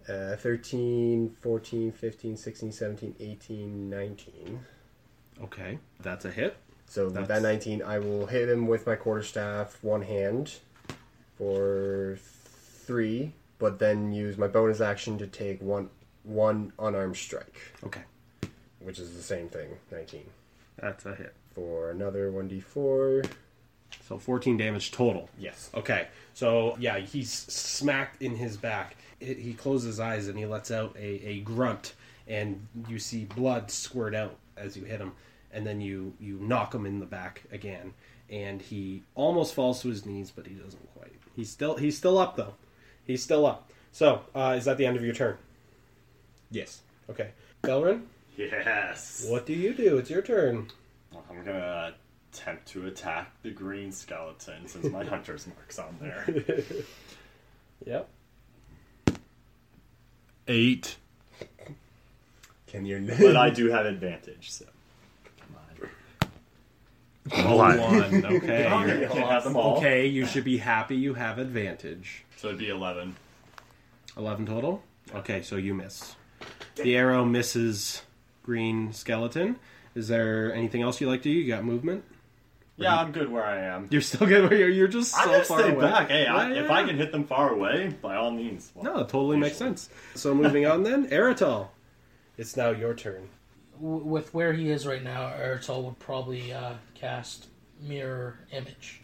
[SPEAKER 6] Uh, 13, 14, 15, 16, 17, 18, 19.
[SPEAKER 2] Okay. That's a hit.
[SPEAKER 6] So with
[SPEAKER 2] That's-
[SPEAKER 6] that 19, I will hit him with my quarterstaff, one hand, for three, but then use my bonus action to take one one unarmed strike,
[SPEAKER 2] Okay.
[SPEAKER 6] which is the same thing, 19.
[SPEAKER 2] That's a hit.
[SPEAKER 6] For another 1d4.
[SPEAKER 2] So 14 damage total.
[SPEAKER 6] Yes.
[SPEAKER 2] Okay. So yeah, he's smacked in his back. It, he closes his eyes and he lets out a, a grunt, and you see blood squirt out as you hit him, and then you you knock him in the back again, and he almost falls to his knees, but he doesn't quite. He's still he's still up though. He's still up. So uh, is that the end of your turn?
[SPEAKER 6] Yes.
[SPEAKER 2] Okay, Belrin,
[SPEAKER 4] Yes.
[SPEAKER 2] what do you do? It's your turn.
[SPEAKER 4] I'm gonna attempt to attack the green skeleton since my hunter's mark's on there.
[SPEAKER 2] Yep.
[SPEAKER 4] Eight.
[SPEAKER 6] Can your
[SPEAKER 4] But I do have advantage, so. Come
[SPEAKER 2] One. Okay.
[SPEAKER 4] on.
[SPEAKER 2] You're-
[SPEAKER 4] You can have them all.
[SPEAKER 2] Okay, you should be happy you have advantage.
[SPEAKER 4] So it'd be 11.
[SPEAKER 2] 11 total? Okay, so you miss. The arrow misses green skeleton. Is there anything else you like to do? You got movement?
[SPEAKER 4] Yeah, I'm good where I am.
[SPEAKER 2] You're still good where you're, you're just so
[SPEAKER 4] I'm gonna
[SPEAKER 2] far
[SPEAKER 4] stay
[SPEAKER 2] away.
[SPEAKER 4] back. Hey, I,
[SPEAKER 2] Yeah,
[SPEAKER 4] if
[SPEAKER 2] yeah.
[SPEAKER 4] I can hit them far away, by all means. Well,
[SPEAKER 2] No, it totally makes
[SPEAKER 4] usually.
[SPEAKER 2] sense. So moving on then, Eritol. It's now your turn.
[SPEAKER 5] W- with where he is right now, Eritol would probably uh, cast Mirror Image,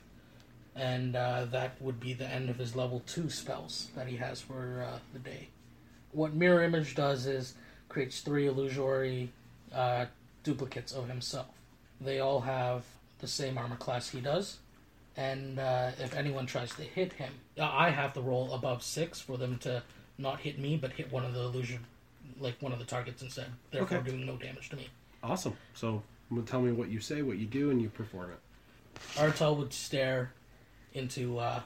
[SPEAKER 5] and uh, that would be the end of his level two spells that he has for uh, the day. What Mirror Image does is creates three illusory uh, duplicates of himself. They all have the same armor class he does, and uh, if anyone tries to hit him, uh, I have to roll above six for them to not hit me, but hit one of the illusion, like one of the targets instead. Therefore,
[SPEAKER 2] Okay.
[SPEAKER 5] doing no damage to me.
[SPEAKER 2] Awesome. So m- tell me what you say, what you do, and you perform it.
[SPEAKER 5] Artel would stare into uh,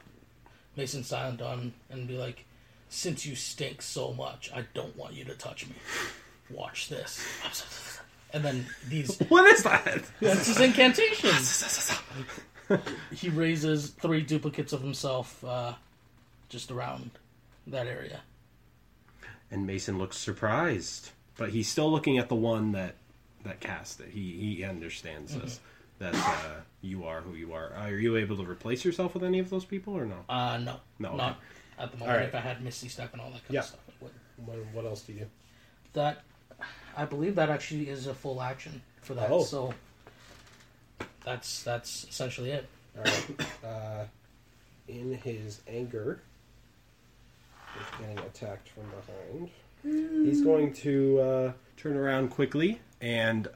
[SPEAKER 5] Mason Silent Dawn and be like, "Since you stink so much, I don't want you to touch me. Watch this." And then these
[SPEAKER 2] What is that?
[SPEAKER 5] that's his incantations. he raises three duplicates of himself uh, just around that area.
[SPEAKER 2] and Mason looks surprised, but he's still looking at the one that that cast it. He he understands this that uh, you are who you are. Are you able to replace yourself with any of those people or no?
[SPEAKER 5] Uh, no,
[SPEAKER 2] No,
[SPEAKER 5] not
[SPEAKER 2] okay.
[SPEAKER 5] at the moment.
[SPEAKER 2] All right.
[SPEAKER 5] If I had Misty Step and all that kind
[SPEAKER 2] Yeah.
[SPEAKER 5] of stuff, it would.
[SPEAKER 2] What, what else do you do?
[SPEAKER 5] That I believe that actually is a full action for that.
[SPEAKER 2] Oh.
[SPEAKER 5] So that's that's essentially it.
[SPEAKER 2] All right. Uh, in his anger, he's getting attacked from behind. He's going to uh, turn around quickly and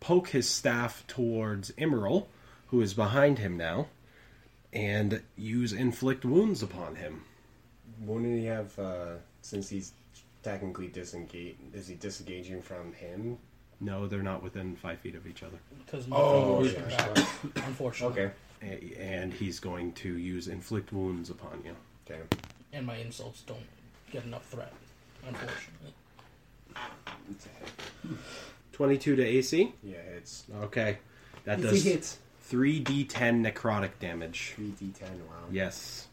[SPEAKER 2] poke his staff towards Emerald, who is behind him now, and use inflict wounds upon him.
[SPEAKER 6] Wouldn't he have, uh, since he's technically disengaged, is he disengaging from him?
[SPEAKER 2] No, they're not within five feet of each other.
[SPEAKER 5] Because my
[SPEAKER 6] Oh,
[SPEAKER 5] phone is
[SPEAKER 6] yeah.
[SPEAKER 5] back, unfortunately,
[SPEAKER 6] Okay.
[SPEAKER 2] A- And he's going to use inflict wounds upon you.
[SPEAKER 6] Okay.
[SPEAKER 5] and my insults don't get enough threat, unfortunately.
[SPEAKER 6] It's a hit.
[SPEAKER 2] 22 to AC.
[SPEAKER 6] Yeah, it's
[SPEAKER 2] Okay. That
[SPEAKER 6] It's a
[SPEAKER 2] does
[SPEAKER 6] hit.
[SPEAKER 2] 3d10 necrotic damage.
[SPEAKER 6] 3d10. Wow.
[SPEAKER 2] Yes.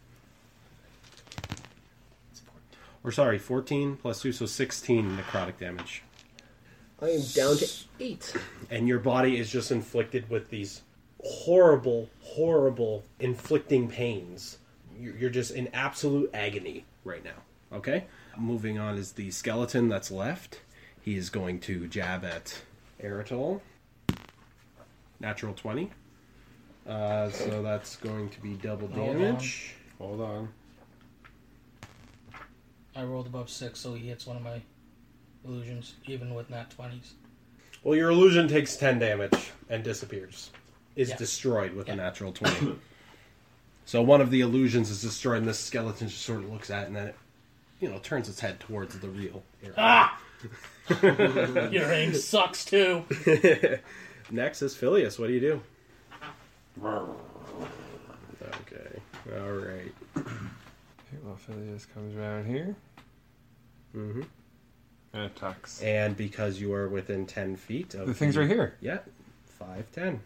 [SPEAKER 2] Or sorry, 14 plus 2, so 16 necrotic damage.
[SPEAKER 6] I am down to eight.
[SPEAKER 2] And your body is just inflicted with these horrible, horrible inflicting pains. You're you're just in absolute agony right now. Okay? Moving on is the skeleton that's left. He is going to jab at Eritol. Natural 20. Uh, so that's going to be double
[SPEAKER 5] Hold on.
[SPEAKER 2] damage.
[SPEAKER 3] Hold on.
[SPEAKER 5] I rolled above six, so he hits one of my illusions, even with nat twenties.
[SPEAKER 2] Well, your illusion takes 10 damage and disappears. Is
[SPEAKER 5] Yeah.
[SPEAKER 2] destroyed with a
[SPEAKER 5] Yeah.
[SPEAKER 2] natural 20. so one of the illusions is destroyed, and this skeleton just sort of looks at it, and then it, you know, turns its head towards the real. Aaron.
[SPEAKER 5] Ah! Your aim sucks too.
[SPEAKER 2] Next is Phileas. What do you do? Okay. All right.
[SPEAKER 3] Well, Phileas comes around here
[SPEAKER 2] Mm-hmm.
[SPEAKER 3] and attacks.
[SPEAKER 2] And because you are within 10 feet of.
[SPEAKER 3] The thing's right here.
[SPEAKER 2] Yeah. 5, 10.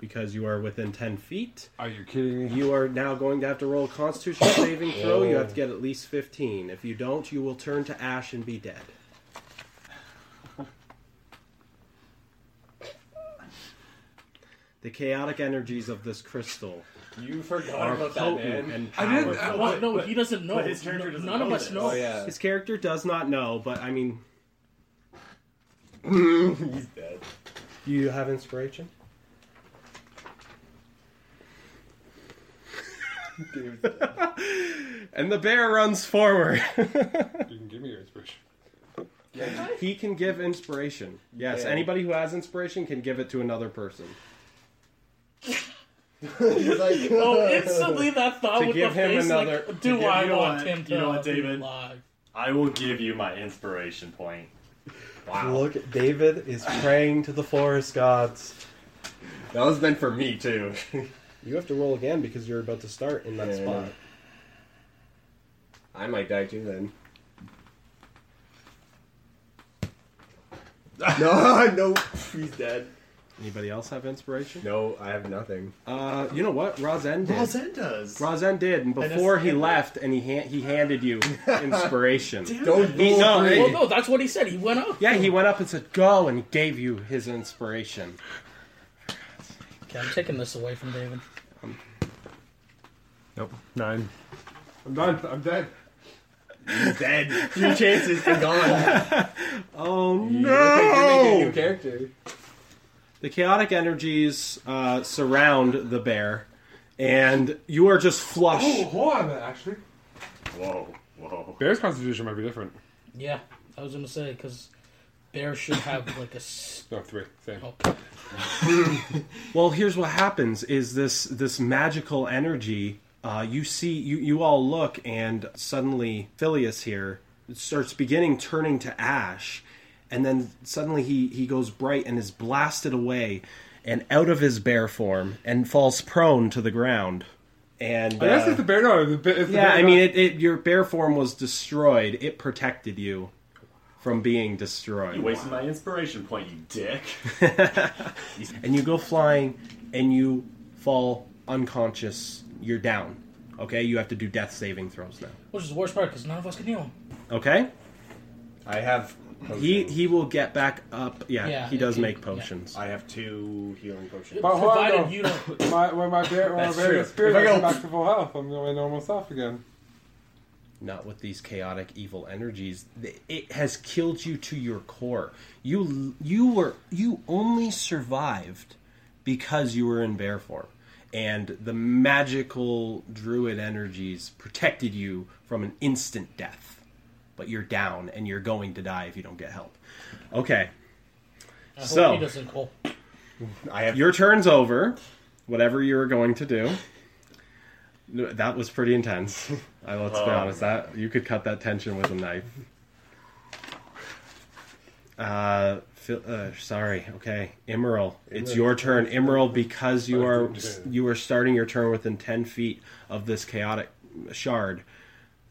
[SPEAKER 2] Because you are within 10 feet,
[SPEAKER 3] Are you kidding me?
[SPEAKER 2] You are now going to have to roll a constitution saving throw. You have to get at least 15. If you don't, you will turn to ash and be dead. The chaotic energies of this crystal
[SPEAKER 4] You forgot
[SPEAKER 2] are
[SPEAKER 4] about that,
[SPEAKER 2] potent
[SPEAKER 4] Oh,
[SPEAKER 2] and
[SPEAKER 4] man.
[SPEAKER 3] I didn't-
[SPEAKER 2] powerful.
[SPEAKER 3] I-
[SPEAKER 5] What? No, he doesn't know.
[SPEAKER 4] but his character
[SPEAKER 5] No-
[SPEAKER 4] doesn't
[SPEAKER 5] None of
[SPEAKER 4] know
[SPEAKER 5] us
[SPEAKER 4] this.
[SPEAKER 5] know.
[SPEAKER 4] Oh, yeah.
[SPEAKER 2] His character does not know, but I mean,
[SPEAKER 4] He's dead.
[SPEAKER 2] you have inspiration? and the bear runs forward.
[SPEAKER 3] You can give me your inspiration.
[SPEAKER 2] He can give inspiration. Yes,
[SPEAKER 4] Yeah.
[SPEAKER 2] anybody who has inspiration can give it to another person.
[SPEAKER 6] He's like,
[SPEAKER 5] Oh, instantly that thought
[SPEAKER 2] To
[SPEAKER 5] with
[SPEAKER 2] give
[SPEAKER 5] the
[SPEAKER 2] him
[SPEAKER 5] face,
[SPEAKER 2] another-
[SPEAKER 5] like,
[SPEAKER 4] to
[SPEAKER 5] do
[SPEAKER 4] give-
[SPEAKER 5] I
[SPEAKER 4] you know
[SPEAKER 5] want
[SPEAKER 4] what?
[SPEAKER 5] him to
[SPEAKER 4] You know what,
[SPEAKER 5] be
[SPEAKER 4] David?
[SPEAKER 5] alive?
[SPEAKER 4] I will give you my inspiration point. Wow.
[SPEAKER 2] Look, David is praying to the forest gods.
[SPEAKER 6] that was meant for me too.
[SPEAKER 2] You have to roll again because you're about to start in that
[SPEAKER 6] Yeah, I
[SPEAKER 2] spot.
[SPEAKER 6] know. I might die too then. no, no, he's dead.
[SPEAKER 2] Anybody else have inspiration?
[SPEAKER 6] No, I have nothing.
[SPEAKER 2] Uh, you know what? Rosen did. Rosen,
[SPEAKER 4] does.
[SPEAKER 2] did, and before he
[SPEAKER 4] Henry.
[SPEAKER 2] left, and he ha- he handed you inspiration.
[SPEAKER 6] Don't
[SPEAKER 2] He-
[SPEAKER 6] roll
[SPEAKER 2] no,
[SPEAKER 6] three.
[SPEAKER 2] Hey.
[SPEAKER 5] Well, no, that's what he said. He went up.
[SPEAKER 2] yeah, he went up and said, "Go," and he gave you his inspiration.
[SPEAKER 5] Okay, I'm taking this away from David.
[SPEAKER 3] Nope. Nine. I'm done. I'm dead.
[SPEAKER 6] dead. Few chances and gone.
[SPEAKER 2] Oh
[SPEAKER 6] You're making a new character.
[SPEAKER 2] The chaotic energies uh, surround the bear, and you are just flush.
[SPEAKER 3] Oh, hold on, actually.
[SPEAKER 4] Whoa, whoa.
[SPEAKER 3] Bear's constitution might be different.
[SPEAKER 5] Yeah, I was gonna say because bear should have like a. s-
[SPEAKER 3] No, three. Same.
[SPEAKER 5] Okay.
[SPEAKER 2] Well, here's what happens: is this this magical energy? Uh, you see, you you all look, and suddenly Phileas here starts beginning turning to ash, and then suddenly he he goes bright and is blasted away, and out of his bear form, and falls prone to the ground. And
[SPEAKER 3] I guess
[SPEAKER 2] uh,
[SPEAKER 3] it's the bear. No, the, ba- it's the
[SPEAKER 2] yeah,
[SPEAKER 3] bear
[SPEAKER 2] I mean,
[SPEAKER 3] not-
[SPEAKER 2] it, it your bear form was destroyed. It protected you from being destroyed.
[SPEAKER 4] You wasted my inspiration point, you dick.
[SPEAKER 2] and you go flying and you fall unconscious. You're down. Okay, you have to do death saving throws now.
[SPEAKER 5] Which is the worst part because none of us can heal him.
[SPEAKER 2] Okay,
[SPEAKER 6] I have.
[SPEAKER 2] he
[SPEAKER 6] potions.
[SPEAKER 2] he will get back up. Yeah,
[SPEAKER 5] Yeah,
[SPEAKER 2] he does
[SPEAKER 5] if he-
[SPEAKER 2] make
[SPEAKER 5] yeah.
[SPEAKER 2] potions.
[SPEAKER 6] I have two healing potions.
[SPEAKER 3] But hold on,
[SPEAKER 5] Provided
[SPEAKER 3] though.
[SPEAKER 5] you don't.
[SPEAKER 3] my, when my bear, when my
[SPEAKER 6] That's
[SPEAKER 3] bear
[SPEAKER 6] true.
[SPEAKER 3] gets spirit,
[SPEAKER 6] If I
[SPEAKER 3] I go
[SPEAKER 6] go-
[SPEAKER 3] back to full health. I'm going normal self again.
[SPEAKER 2] Not with these chaotic evil energies. It has killed you to your core. You you were you only survived because you were in bear form, and the magical druid energies protected you from an instant death. but you're down and you're going to die if you don't get help. Okay,
[SPEAKER 5] I hope
[SPEAKER 2] So-
[SPEAKER 5] he doesn't go.
[SPEAKER 6] I have.
[SPEAKER 2] your turn's over. Whatever you were going to do, No, that was pretty intense. I let's be
[SPEAKER 4] Oh.
[SPEAKER 2] honest that you could cut that tension with a knife. Uh, Phil, uh sorry. Okay, Emerald, it's your turn, Emerald, because you are you are starting your turn within ten feet of this chaotic shard.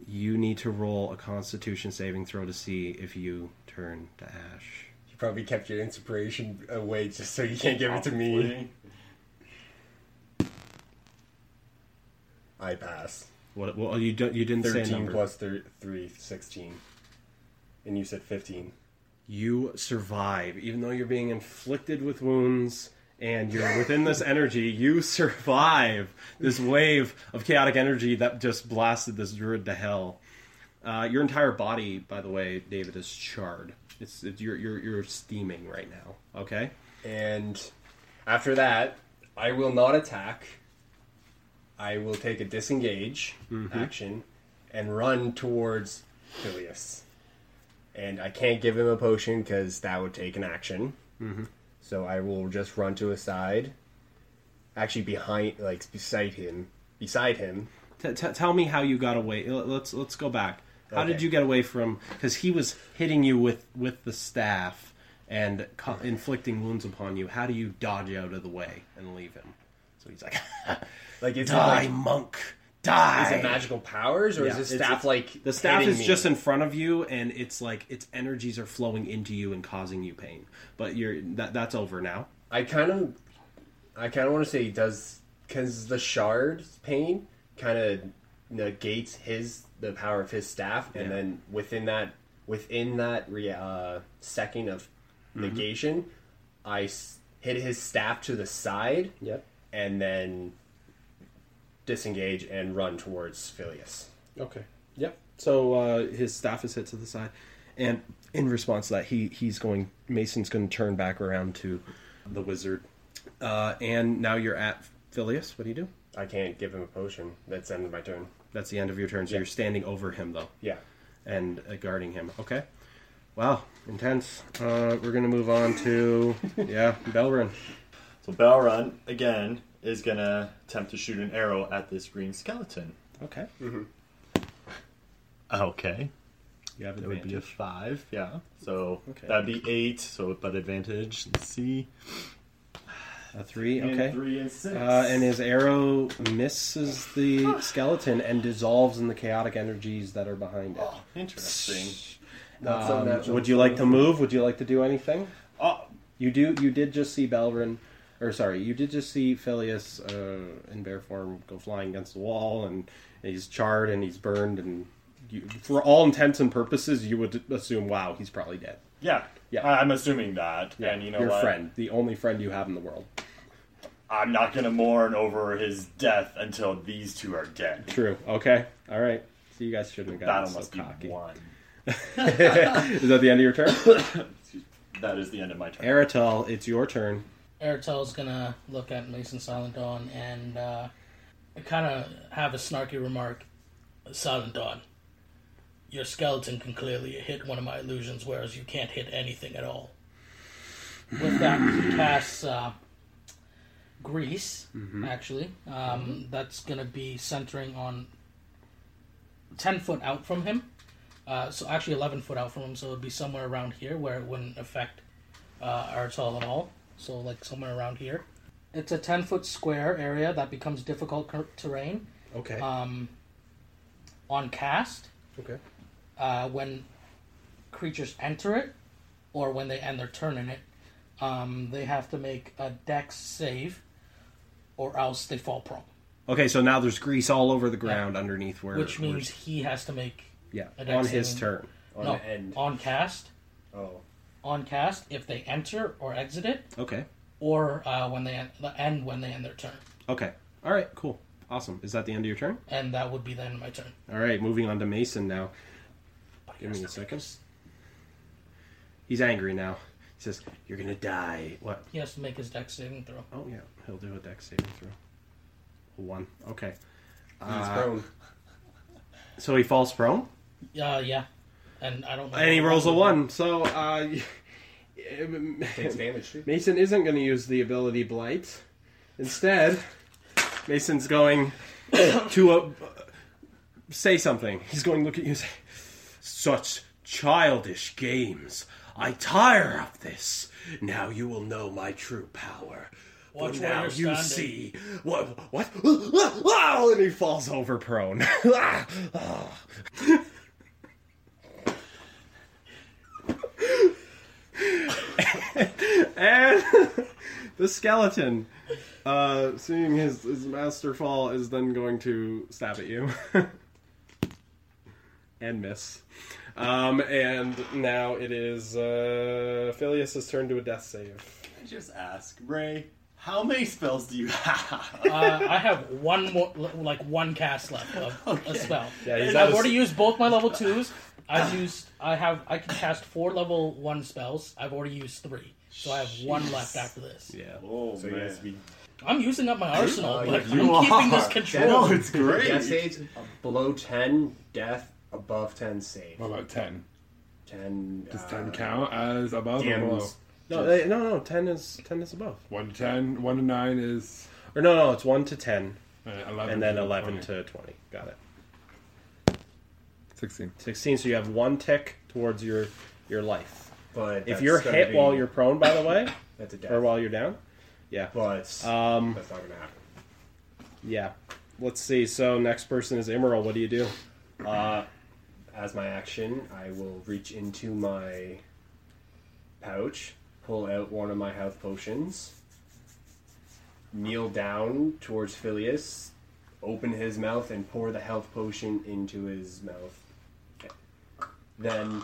[SPEAKER 2] You need to roll a Constitution saving throw to see if you turn to ash.
[SPEAKER 6] probably kept your inspiration away just so you can't give it to me. I pass.
[SPEAKER 2] What? Well, you don't. You didn't say a
[SPEAKER 6] 13
[SPEAKER 2] number.
[SPEAKER 6] plus thir- 3, 16. And you said 15.
[SPEAKER 2] you survive even though you're being inflicted with wounds and you're within this energy you survive this wave of chaotic energy that just blasted this druid to hell uh, your entire body by the way david is charred it's, it's you're, you're you're steaming right now okay
[SPEAKER 6] And after that, I will not attack. I will take a disengage action and run towards Phileas. And I can't give him a potion because that would take an action. So I will just run to his side, actually behind, like beside him, beside him.
[SPEAKER 2] T- t- tell me how you got away L- let's let's go back how did
[SPEAKER 6] Okay.
[SPEAKER 2] you get away from because he was hitting you with with the staff and co- inflicting wounds upon you how do you dodge out of the way and leave him so he's like
[SPEAKER 6] Like is it
[SPEAKER 2] die
[SPEAKER 6] like
[SPEAKER 2] monk die
[SPEAKER 6] is it magical powers or
[SPEAKER 2] Yeah,
[SPEAKER 6] is his
[SPEAKER 2] it's-
[SPEAKER 6] staff like
[SPEAKER 2] the staff
[SPEAKER 6] hitting
[SPEAKER 2] is
[SPEAKER 6] me?
[SPEAKER 2] just in front of you and it's like its energies are flowing into you and causing you pain but you're that that's over now
[SPEAKER 6] I kind of, I kind of want to say he does because the shard's pain kind of negates his the power of his staff, and
[SPEAKER 2] Yeah.
[SPEAKER 6] then within that within that re, uh, second of
[SPEAKER 2] Mm-hmm.
[SPEAKER 6] negation, I s- hit his staff to the side,
[SPEAKER 2] yep
[SPEAKER 6] and then disengage and run towards Phileas.
[SPEAKER 2] okay yep so uh, his staff is hit to the side and in response to that he he's going mason's going to turn back around to the wizard uh, and now you're at phileas what do you do
[SPEAKER 6] I can't give him a potion. That's the end of my turn.
[SPEAKER 2] that's the end of your turn so you're standing over him though
[SPEAKER 6] Yeah.
[SPEAKER 2] and uh, guarding him. Okay. Wow, intense. Uh, we're gonna move on to yeah, Belrin.
[SPEAKER 4] So Balron again is gonna attempt to shoot an arrow at this green skeleton.
[SPEAKER 2] Okay.
[SPEAKER 4] Okay,
[SPEAKER 2] You have
[SPEAKER 4] that would be a
[SPEAKER 2] advantage.
[SPEAKER 4] five. Yeah, so
[SPEAKER 2] Okay.
[SPEAKER 4] that'd be eight. So but advantage. Let's see.
[SPEAKER 2] a three. Okay.
[SPEAKER 4] And three and six.
[SPEAKER 2] Uh, and his arrow misses the skeleton and dissolves in the chaotic energies that are behind it.
[SPEAKER 4] Oh, interesting.
[SPEAKER 2] Um, would you like to move? Would you like to do anything?
[SPEAKER 4] Oh,
[SPEAKER 2] You do. You did just see Belrin, or sorry, you did just see Phileas uh, in bear form go flying against the wall, and he's charred and he's burned, and you, for all intents and purposes, you would assume, wow, he's probably dead.
[SPEAKER 4] yeah.
[SPEAKER 2] Yeah.
[SPEAKER 4] I- I'm assuming that. And you know
[SPEAKER 2] your
[SPEAKER 4] what?
[SPEAKER 2] friend, the only friend you have in the world.
[SPEAKER 4] I'm not gonna mourn over his death until these two are dead.
[SPEAKER 2] True. Okay. All right. So you guys shouldn't have gotten
[SPEAKER 4] Battle
[SPEAKER 2] so
[SPEAKER 4] must
[SPEAKER 2] cocky.
[SPEAKER 4] be won.
[SPEAKER 2] Is that the end of your turn,
[SPEAKER 4] That is the end of my turn.
[SPEAKER 2] Aratel? It's your turn.
[SPEAKER 5] Aritel's gonna look at Mason Silent Dawn and uh, kind of have a snarky remark. Silent Dawn, your skeleton can clearly hit one of my illusions, whereas you can't hit anything at all. With that, he casts uh, Grease, actually. Um, That's gonna be centering on 10 foot out from him. Uh, so actually 11 foot out from him, so it would be somewhere around here where it wouldn't affect uh, Artel at all. So like somewhere around here. It's a 10 foot square area that becomes difficult cur- terrain.
[SPEAKER 2] Okay.
[SPEAKER 5] Um, on cast,
[SPEAKER 2] okay.
[SPEAKER 5] uh, when creatures enter it or when they end their turn in it, um, they have to make a dex save or else they fall prone.
[SPEAKER 2] Okay. So now there's grease all over the ground underneath where,
[SPEAKER 5] Which
[SPEAKER 2] where-
[SPEAKER 5] means he has to make
[SPEAKER 2] yeah,
[SPEAKER 5] a dex
[SPEAKER 2] on his
[SPEAKER 5] saving-
[SPEAKER 2] turn.
[SPEAKER 6] On
[SPEAKER 5] no,
[SPEAKER 6] the end.
[SPEAKER 5] on cast.
[SPEAKER 6] Oh.
[SPEAKER 5] On cast, if they enter or exit it,
[SPEAKER 2] Okay.
[SPEAKER 5] or uh, when they end, the end when they end their turn,
[SPEAKER 2] Okay. All right. Cool. Awesome. Is that the end of your turn?
[SPEAKER 5] and that would be the end of my turn.
[SPEAKER 2] All right. Moving on to Mason now. Give me a second. He's angry now. He says, "You're gonna die." What?
[SPEAKER 5] He has to make his dex saving throw.
[SPEAKER 2] Oh yeah. He'll do a dex saving throw. A One. Okay.
[SPEAKER 6] He's
[SPEAKER 2] Uh,
[SPEAKER 6] prone.
[SPEAKER 2] So he falls prone,
[SPEAKER 5] Uh, yeah, and I don't. Know
[SPEAKER 2] and he rolls a one. So uh,
[SPEAKER 6] Takes damage too.
[SPEAKER 2] Mason isn't going to use the ability blight. Instead, Mason's going to a, say something. He's going to look at you and say, "Such childish games. I tire of this. Now you will know my true power."
[SPEAKER 5] Watch
[SPEAKER 2] For
[SPEAKER 5] where
[SPEAKER 2] now
[SPEAKER 5] you're
[SPEAKER 2] you
[SPEAKER 5] standing."
[SPEAKER 2] see what what oh, and he falls over prone. Ah, ah. And the skeleton, uh, seeing his, his master fall, is then going to stab at you. and miss. Um, and now it is uh, Phileas' turn to a death save.
[SPEAKER 4] Just ask Ray, how many spells do you have?
[SPEAKER 5] Uh, I have one more, like one cast left of a spell.
[SPEAKER 2] Yeah, he's
[SPEAKER 5] And
[SPEAKER 2] out
[SPEAKER 5] I've
[SPEAKER 2] of-
[SPEAKER 5] already used both my level twos. I've used, I have, I can cast four level one spells. I've already used three, so I have one left after this.
[SPEAKER 2] Yeah.
[SPEAKER 4] oh
[SPEAKER 6] So he has to be
[SPEAKER 5] I'm using up my arsenal,
[SPEAKER 6] Oh,
[SPEAKER 5] but
[SPEAKER 6] yeah,
[SPEAKER 5] I'm
[SPEAKER 6] you
[SPEAKER 5] keeping this
[SPEAKER 6] are.
[SPEAKER 5] controlled.
[SPEAKER 4] it's great.
[SPEAKER 6] death saves below ten, death above ten save.
[SPEAKER 3] What about 10?
[SPEAKER 6] Ten.
[SPEAKER 3] Does
[SPEAKER 6] uh,
[SPEAKER 3] 10 count as above or
[SPEAKER 6] DMs.
[SPEAKER 3] below?
[SPEAKER 2] No, they, no, no. Ten is ten is above.
[SPEAKER 3] 1 to 10, 1 to 9 is
[SPEAKER 2] Or no, no. It's one to ten,
[SPEAKER 3] uh, 11.
[SPEAKER 2] and then eleven
[SPEAKER 3] 20.
[SPEAKER 2] to twenty. Got it.
[SPEAKER 3] 16.
[SPEAKER 2] Sixteen. So you have one tick towards your your life.
[SPEAKER 6] But
[SPEAKER 2] If
[SPEAKER 6] that's
[SPEAKER 2] you're
[SPEAKER 6] gonna
[SPEAKER 2] hit
[SPEAKER 6] be-
[SPEAKER 2] while you're prone, by the way,
[SPEAKER 6] that's a death.
[SPEAKER 2] or while you're down, yeah,
[SPEAKER 6] but
[SPEAKER 2] um,
[SPEAKER 6] that's not gonna happen.
[SPEAKER 2] yeah. Let's see. So next person is Emerald. What do you do?
[SPEAKER 6] Uh, as my action, I will reach into my pouch, pull out one of my health potions, kneel down towards Phileas, open his mouth, and pour the health potion into his mouth. Then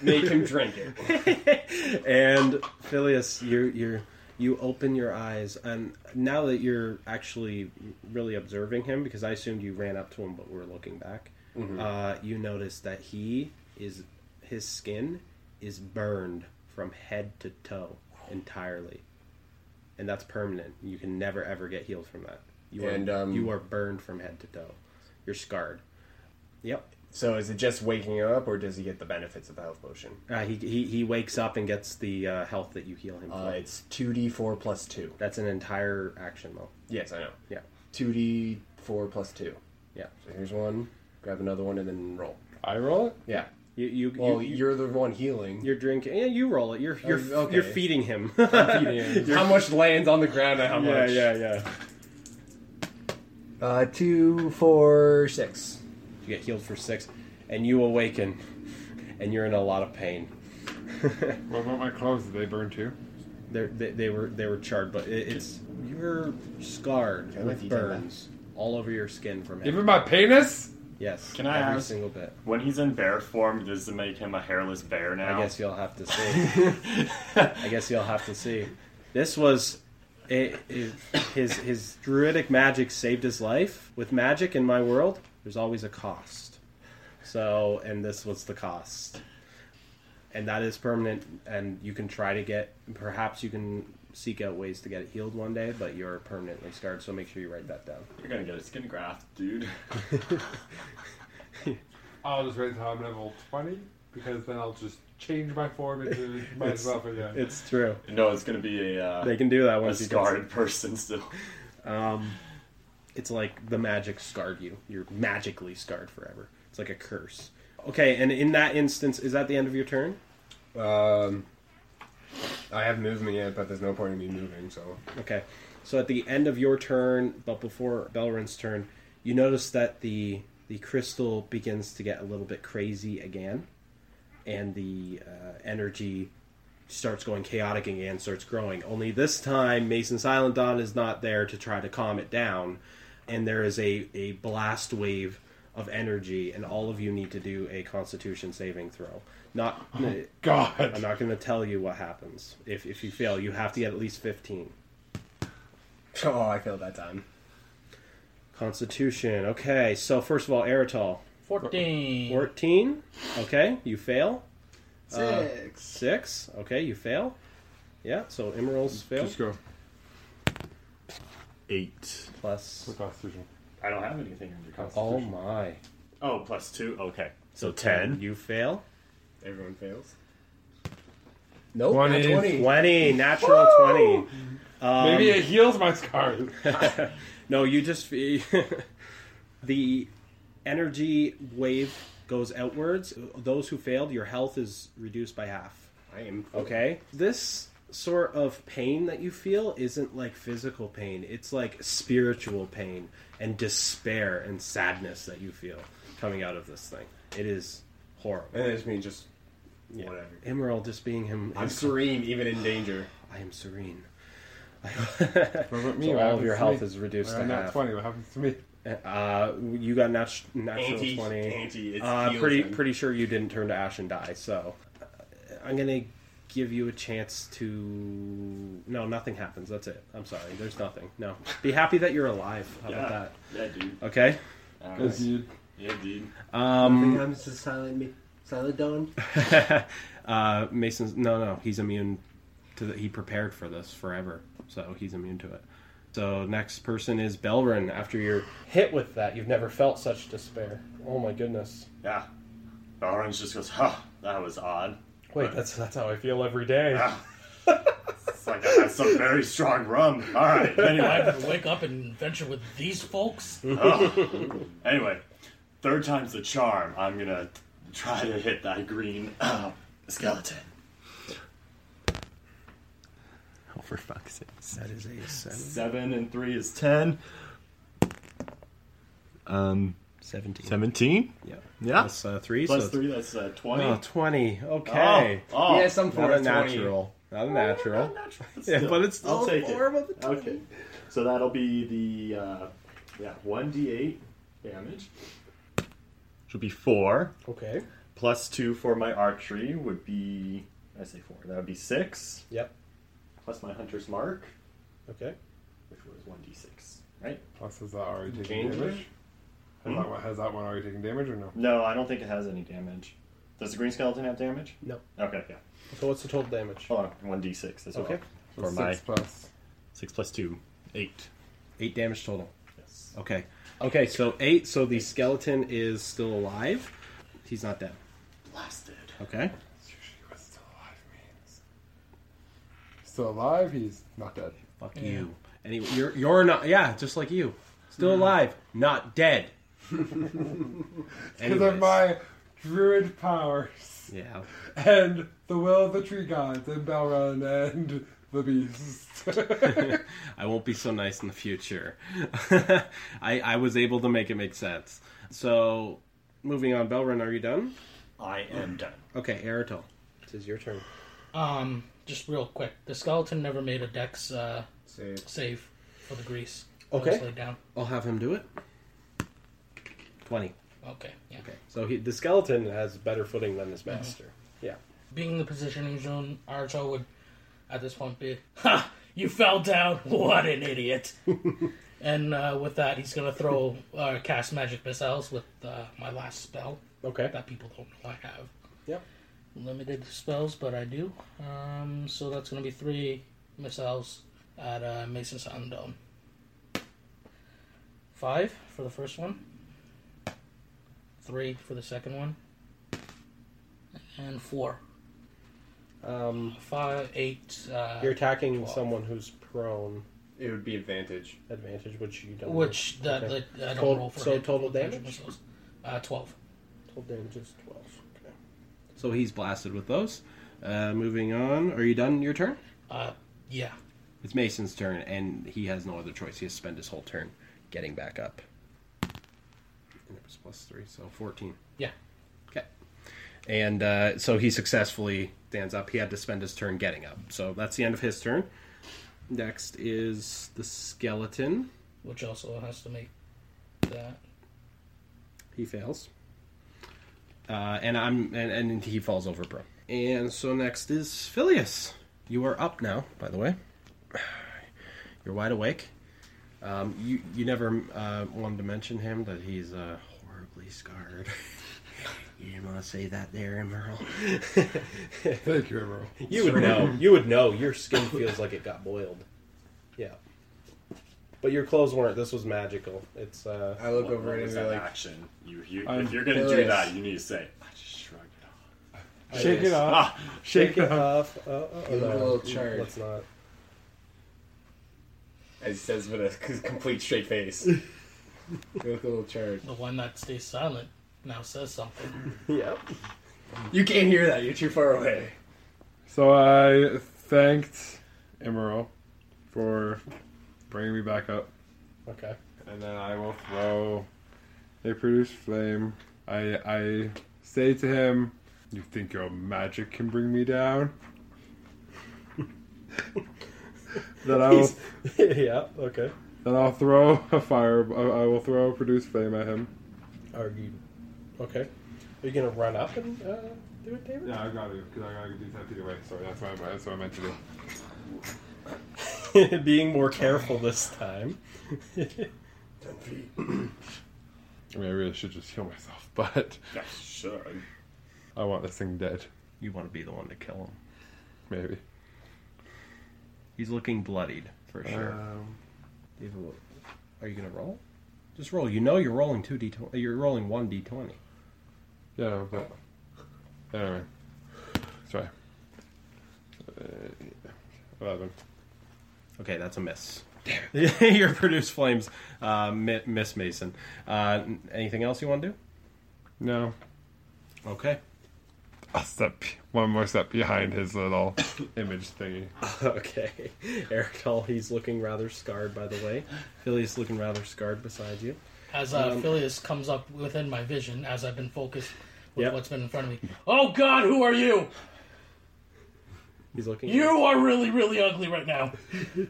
[SPEAKER 6] make him drink it.
[SPEAKER 2] and Phileas, you you you open your eyes, and now that you're actually really observing him, because I assumed you ran up to him, but we're looking back,
[SPEAKER 6] Mm-hmm.
[SPEAKER 2] uh, you notice that he is his skin is burned from head to toe entirely, and that's permanent. You can never ever get healed from that. You
[SPEAKER 6] And,
[SPEAKER 2] are
[SPEAKER 6] um,
[SPEAKER 2] you are burned from head to toe. You're scarred. Yep.
[SPEAKER 6] So is it just waking up, or does he get the benefits of the health potion?
[SPEAKER 2] Uh, he, he he wakes up and gets the uh, health that you heal him.
[SPEAKER 6] Uh,
[SPEAKER 2] from.
[SPEAKER 6] it's 2d4 plus 2.
[SPEAKER 2] That's an entire action, though.
[SPEAKER 6] Yes, I know.
[SPEAKER 2] Yeah,
[SPEAKER 6] 2d4 plus 2.
[SPEAKER 2] yeah.
[SPEAKER 6] So here's one, grab another one, and then roll.
[SPEAKER 3] I roll it?
[SPEAKER 6] Yeah.
[SPEAKER 2] You, you,
[SPEAKER 6] Well,
[SPEAKER 2] you,
[SPEAKER 6] you, are the one healing.
[SPEAKER 2] you're drinking. Yeah, you roll it. You're, you're,
[SPEAKER 6] Oh, okay.
[SPEAKER 2] you're feeding him.
[SPEAKER 6] how much lands on the ground and how much?
[SPEAKER 2] yeah.
[SPEAKER 6] Uh, two, four, six.
[SPEAKER 2] You get healed for six, and you awaken, and you're in a lot of pain.
[SPEAKER 3] What about my clothes? Did they burn too?
[SPEAKER 2] They're, they they were they were charred, but it, it's you're scarred
[SPEAKER 6] Can I
[SPEAKER 2] with
[SPEAKER 6] eat that?
[SPEAKER 2] burns all over your skin from
[SPEAKER 3] Give
[SPEAKER 2] it.
[SPEAKER 3] me my penis?
[SPEAKER 2] Yes,
[SPEAKER 4] Can I
[SPEAKER 2] every
[SPEAKER 4] ask-
[SPEAKER 2] single bit.
[SPEAKER 4] When he's in bear form, does it make him a hairless bear now?
[SPEAKER 2] I guess you'll have to see. I guess you'll have to see. This was it, it, his his druidic magic saved his life. With magic in my world, there's always a cost. So, and this was the cost. And that is permanent and you can try to get perhaps you can seek out ways to get it healed one day, but you're permanently scarred, so make sure you write that down.
[SPEAKER 4] You're gonna get a skin graft, dude.
[SPEAKER 3] I'll just raise how I'm level 20 because then I'll just change my form into myself again.
[SPEAKER 2] It's true.
[SPEAKER 4] No, it's gonna be a, uh,
[SPEAKER 2] They can do that
[SPEAKER 4] a
[SPEAKER 2] once you get
[SPEAKER 4] scarred person still.
[SPEAKER 2] it's like the magic scarred you. You're magically scarred forever. It's like a curse. Okay, and in that instance, is that the end of your turn?
[SPEAKER 6] Um, I have movement yet, but there's no point in me moving, so.
[SPEAKER 2] Okay. So at the end of your turn, but before Belrin's turn, you notice that the the crystal begins to get a little bit crazy again, and the uh, energy starts going chaotic again, starts growing. Only this time, Mason Silent Dawn is not there to try to calm it down, and there is a a blast wave of energy, and all of you need to do a Constitution saving throw. Not. I'm
[SPEAKER 3] God.
[SPEAKER 2] not going to tell you what happens if, if you fail. You have to get at least 15.
[SPEAKER 6] Oh, I failed that time.
[SPEAKER 2] Constitution. Okay, so first of all, Eritol.
[SPEAKER 5] Fourteen.
[SPEAKER 2] 14. Okay, you fail.
[SPEAKER 6] Six.
[SPEAKER 2] 6. Okay, you fail. Yeah, so Emeralds fail.
[SPEAKER 3] Just go.
[SPEAKER 4] Eight.
[SPEAKER 2] Plus.
[SPEAKER 3] With Constitution.
[SPEAKER 4] I don't have anything under
[SPEAKER 2] Oh
[SPEAKER 4] constitution.
[SPEAKER 2] my.
[SPEAKER 4] Oh, plus two. Okay, so
[SPEAKER 2] You fail.
[SPEAKER 6] Everyone fails. Nope,
[SPEAKER 3] Twenty.
[SPEAKER 6] not 20.
[SPEAKER 2] 20. Natural 20. Um,
[SPEAKER 3] Maybe it heals my scars.
[SPEAKER 2] No, you just the energy wave goes outwards. Those who failed, your health is reduced by half.
[SPEAKER 6] I am.
[SPEAKER 2] Okay. This sort of pain that you feel isn't like physical pain, it's like spiritual pain and despair and sadness that you feel coming out of this thing. It is horrible.
[SPEAKER 6] And it's me just. Whatever.
[SPEAKER 2] Emerald just being him.
[SPEAKER 6] I'm serene, even in danger.
[SPEAKER 2] I am serene.
[SPEAKER 3] What about me?
[SPEAKER 2] So
[SPEAKER 3] What
[SPEAKER 2] all of
[SPEAKER 3] happens
[SPEAKER 2] your
[SPEAKER 3] to
[SPEAKER 2] health
[SPEAKER 3] me?
[SPEAKER 2] is reduced
[SPEAKER 3] I'm
[SPEAKER 2] to
[SPEAKER 3] not
[SPEAKER 2] half.
[SPEAKER 3] 20. What happens to me?
[SPEAKER 2] Uh, you got nat- natural
[SPEAKER 6] Anti-
[SPEAKER 2] twenty.
[SPEAKER 6] anti, it's
[SPEAKER 2] uh,
[SPEAKER 6] heals
[SPEAKER 2] pretty
[SPEAKER 6] him.
[SPEAKER 2] pretty sure you didn't turn to ash and die. So uh, I'm gonna give you a chance to. No, nothing happens. That's it. I'm sorry. There's nothing. No. Be happy that you're alive. How about
[SPEAKER 4] Yeah.
[SPEAKER 2] that?
[SPEAKER 4] Yeah, dude.
[SPEAKER 2] Okay.
[SPEAKER 4] All
[SPEAKER 3] Yes,
[SPEAKER 4] right.
[SPEAKER 3] dude.
[SPEAKER 4] Yeah, dude.
[SPEAKER 6] Nothing happens to silent me. Silent Dawn.
[SPEAKER 2] Uh, Mason's no, no. He's immune to the He prepared for this forever, so he's immune to it. So next person is Belrin. After you're hit with that, you've never felt such despair. Oh my goodness.
[SPEAKER 4] Yeah. Orange just goes, huh, that was odd.
[SPEAKER 2] Wait, that's that's how I feel every day.
[SPEAKER 4] It's like, that's some very strong rum. All right.
[SPEAKER 5] I
[SPEAKER 4] Anyway,
[SPEAKER 5] have to wake up and venture with these folks.
[SPEAKER 2] Mm.
[SPEAKER 4] anyway, third time's the charm. I'm going to try to hit that green uh, skeleton.
[SPEAKER 2] Oh, for fuck's sake. That is a seven,
[SPEAKER 4] Seven and three is ten. Um,
[SPEAKER 2] 17.
[SPEAKER 4] seventeen.
[SPEAKER 2] Yeah.
[SPEAKER 4] Yeah.
[SPEAKER 2] Plus uh, three.
[SPEAKER 4] Plus
[SPEAKER 2] so
[SPEAKER 4] three, that's uh, twenty.
[SPEAKER 2] Oh, 20. Okay.
[SPEAKER 4] Oh, oh.
[SPEAKER 6] He has some
[SPEAKER 2] Not
[SPEAKER 6] form
[SPEAKER 2] a
[SPEAKER 6] of 20.
[SPEAKER 2] natural. Not a natural.
[SPEAKER 4] Natural.
[SPEAKER 2] Yeah,
[SPEAKER 4] Still,
[SPEAKER 2] but it's
[SPEAKER 4] I'll
[SPEAKER 2] still
[SPEAKER 4] take
[SPEAKER 2] a
[SPEAKER 4] it.
[SPEAKER 2] form of a
[SPEAKER 4] Okay, so that'll be the uh, yeah one d eight damage. Which would be four
[SPEAKER 2] Okay.
[SPEAKER 4] plus two for my archery would be I say four. That would be six
[SPEAKER 2] Yep.
[SPEAKER 4] plus my hunter's mark,
[SPEAKER 2] Okay.
[SPEAKER 4] which was one d six. Right?
[SPEAKER 3] Plus, has that already taken
[SPEAKER 2] Change
[SPEAKER 3] damage? Has,
[SPEAKER 4] Hmm?
[SPEAKER 3] that one, has that one already taken damage or no?
[SPEAKER 4] No, I don't think it has any damage. Does the green skeleton have damage?
[SPEAKER 2] No.
[SPEAKER 4] Okay, yeah.
[SPEAKER 2] So what's the total damage?
[SPEAKER 4] Hold on, one d six as well.
[SPEAKER 2] Okay.
[SPEAKER 3] So
[SPEAKER 4] For
[SPEAKER 3] six
[SPEAKER 4] my
[SPEAKER 3] plus.
[SPEAKER 4] six plus two, eight.
[SPEAKER 2] Eight damage total.
[SPEAKER 4] Yes.
[SPEAKER 2] Okay. Okay, so eight. So the skeleton is still alive. He's not dead.
[SPEAKER 4] Blasted.
[SPEAKER 2] Okay.
[SPEAKER 3] That's usually what still alive means. Still alive, he's not dead.
[SPEAKER 2] Fuck
[SPEAKER 5] Yeah.
[SPEAKER 2] you. Anyway, you're, you're not. Yeah, just like you. Still alive. Not dead.
[SPEAKER 3] Because of
[SPEAKER 2] Anyways.
[SPEAKER 3] my druid powers
[SPEAKER 2] Yeah.
[SPEAKER 3] and the will of the tree gods and Belrun and the beast.
[SPEAKER 2] I won't be so nice in the future. I, I was able to make it make sense. So, moving on, Belrin, are you done?
[SPEAKER 4] I am done.
[SPEAKER 2] Okay, Aerotol. This is your turn.
[SPEAKER 5] Um, just real quick, the skeleton never made a dex uh,
[SPEAKER 6] Save.
[SPEAKER 5] save for the grease.
[SPEAKER 2] Okay.
[SPEAKER 5] Just laid down.
[SPEAKER 2] I'll have him do it. 20.
[SPEAKER 5] Okay. Yeah.
[SPEAKER 2] Okay. So he, the skeleton has better footing than his master. Yeah.
[SPEAKER 5] Being in the position he was in, Arto would at this point be, "Ha! You fell down. What an idiot!" and uh, with that, he's gonna throw uh, cast magic missiles with uh, my last spell
[SPEAKER 2] Okay.
[SPEAKER 5] that people don't know I have.
[SPEAKER 2] Yep.
[SPEAKER 5] Limited spells, but I do. Um, so that's gonna be three missiles at uh, Mason's Undome. Five for the first one. Three for the second one. And four.
[SPEAKER 2] Um,
[SPEAKER 5] Five, eight, uh,
[SPEAKER 2] you're attacking
[SPEAKER 5] Twelve.
[SPEAKER 2] someone who's prone.
[SPEAKER 6] It would be advantage.
[SPEAKER 2] Advantage, which you don't.
[SPEAKER 5] which that
[SPEAKER 2] Okay.
[SPEAKER 5] that- I don't
[SPEAKER 2] Total-
[SPEAKER 5] roll for.
[SPEAKER 2] so
[SPEAKER 5] hit-
[SPEAKER 2] total
[SPEAKER 5] magic
[SPEAKER 2] damage?
[SPEAKER 5] missiles. Uh, twelve.
[SPEAKER 2] Total damage is 12. Okay. So he's blasted with those. Uh, moving on. Are you done your turn?
[SPEAKER 5] Uh, yeah.
[SPEAKER 2] It's Mason's turn, and he has no other choice. He has to spend his whole turn getting back up. And it was plus three, so 14.
[SPEAKER 5] Yeah.
[SPEAKER 2] Okay. And uh, so he successfully stands up. He had to spend his turn getting up. So that's the end of his turn. Next is the skeleton.
[SPEAKER 5] Which also has to make that.
[SPEAKER 2] He fails. Uh, and I'm and, and he falls over, bro. And so next is Phileas. You are up now, by the way. You're wide awake. Um, you you never uh, wanted to mention him that he's uh, horribly scarred. you didn't want to say that there, Emerald.
[SPEAKER 3] Thank you, Emerald.
[SPEAKER 2] You would know. You would know. Your skin feels like it got boiled. Yeah. But your clothes weren't. This was magical. It's uh
[SPEAKER 6] I look
[SPEAKER 4] What,
[SPEAKER 6] over
[SPEAKER 4] what
[SPEAKER 6] and
[SPEAKER 4] was
[SPEAKER 6] be
[SPEAKER 4] that
[SPEAKER 6] like,
[SPEAKER 4] action? You, you,
[SPEAKER 3] I'm
[SPEAKER 4] if you're gonna do
[SPEAKER 6] curious.
[SPEAKER 4] that, you need to say, I just shrugged it off.
[SPEAKER 3] Shake it off.
[SPEAKER 4] Ah,
[SPEAKER 2] shake it off. Uh, uh, uh,
[SPEAKER 6] You look a
[SPEAKER 2] no.
[SPEAKER 6] little charred.
[SPEAKER 2] Let's not.
[SPEAKER 6] as he says with a c- complete straight face. you look a little charred.
[SPEAKER 5] The one that stays silent now says something.
[SPEAKER 2] Yep.
[SPEAKER 6] You can't hear that. You're too far away.
[SPEAKER 3] So I thanked Emerald for bringing me back up.
[SPEAKER 2] Okay.
[SPEAKER 3] And then I will throw a produced flame. I I say to him, You think your magic can bring me down? That I will,
[SPEAKER 2] yeah. Okay.
[SPEAKER 3] that I'll throw a fire. I I will throw a produce flame at him.
[SPEAKER 2] Are you okay? Are you gonna run up and uh, do it, David?
[SPEAKER 3] Yeah, I got you because I gotta do that either way. Sorry, that's what I, that's what I meant to do.
[SPEAKER 2] Being more careful this time.
[SPEAKER 6] Ten feet.
[SPEAKER 3] I mean, I really should just heal myself, but
[SPEAKER 4] Yeah, sure.
[SPEAKER 3] I want this thing dead.
[SPEAKER 2] you want to be the one to kill him.
[SPEAKER 3] Maybe.
[SPEAKER 2] He's looking bloodied for sure.
[SPEAKER 3] Um,
[SPEAKER 2] David, what- are you gonna roll? Just roll. You know you're rolling two d twenty. You're rolling one d twenty.
[SPEAKER 3] yeah, but anyway. Sorry. Uh, Eleven.
[SPEAKER 2] Okay, that's a miss. Your produced flames, uh, mi- Miss Mason. Uh, n- anything else you want to do?
[SPEAKER 3] No,
[SPEAKER 2] Okay.
[SPEAKER 3] a step, one more step behind his little image thingy.
[SPEAKER 2] Okay. Eric Dahl, he's looking rather scarred, by the way. Philly's looking rather scarred beside you.
[SPEAKER 5] As uh, Phileas comes up within my vision, as I've been focused with
[SPEAKER 2] Yep.
[SPEAKER 5] what's been in front of me. Oh God, who are you?
[SPEAKER 2] He's looking.
[SPEAKER 5] You are really, really ugly right now.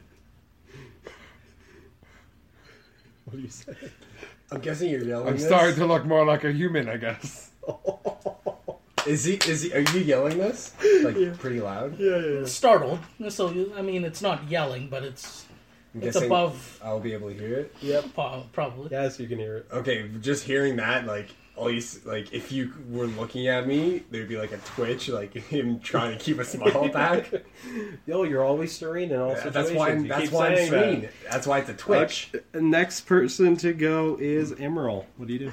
[SPEAKER 2] What do you say?
[SPEAKER 6] I'm guessing you're yelling.
[SPEAKER 3] I'm
[SPEAKER 6] this?
[SPEAKER 3] starting to look more like a human, I guess.
[SPEAKER 6] Is he? Is he? Are you yelling this? Like pretty loud.
[SPEAKER 5] Startled. So I mean, it's not yelling, but it's
[SPEAKER 6] I'm
[SPEAKER 5] it's
[SPEAKER 6] guessing
[SPEAKER 5] above
[SPEAKER 6] I'll be able to hear it.
[SPEAKER 5] po- probably.
[SPEAKER 2] Yes, you can hear it.
[SPEAKER 6] Okay, just hearing that, like, all you, s- like, if you were looking at me, there'd be like a twitch, like him trying to keep a smile back.
[SPEAKER 2] Yo, you're always serene in all
[SPEAKER 6] that's why. I'm, that's why I'm serene. That's why it's a twitch.
[SPEAKER 2] Next person to go is Emerald. What do you do?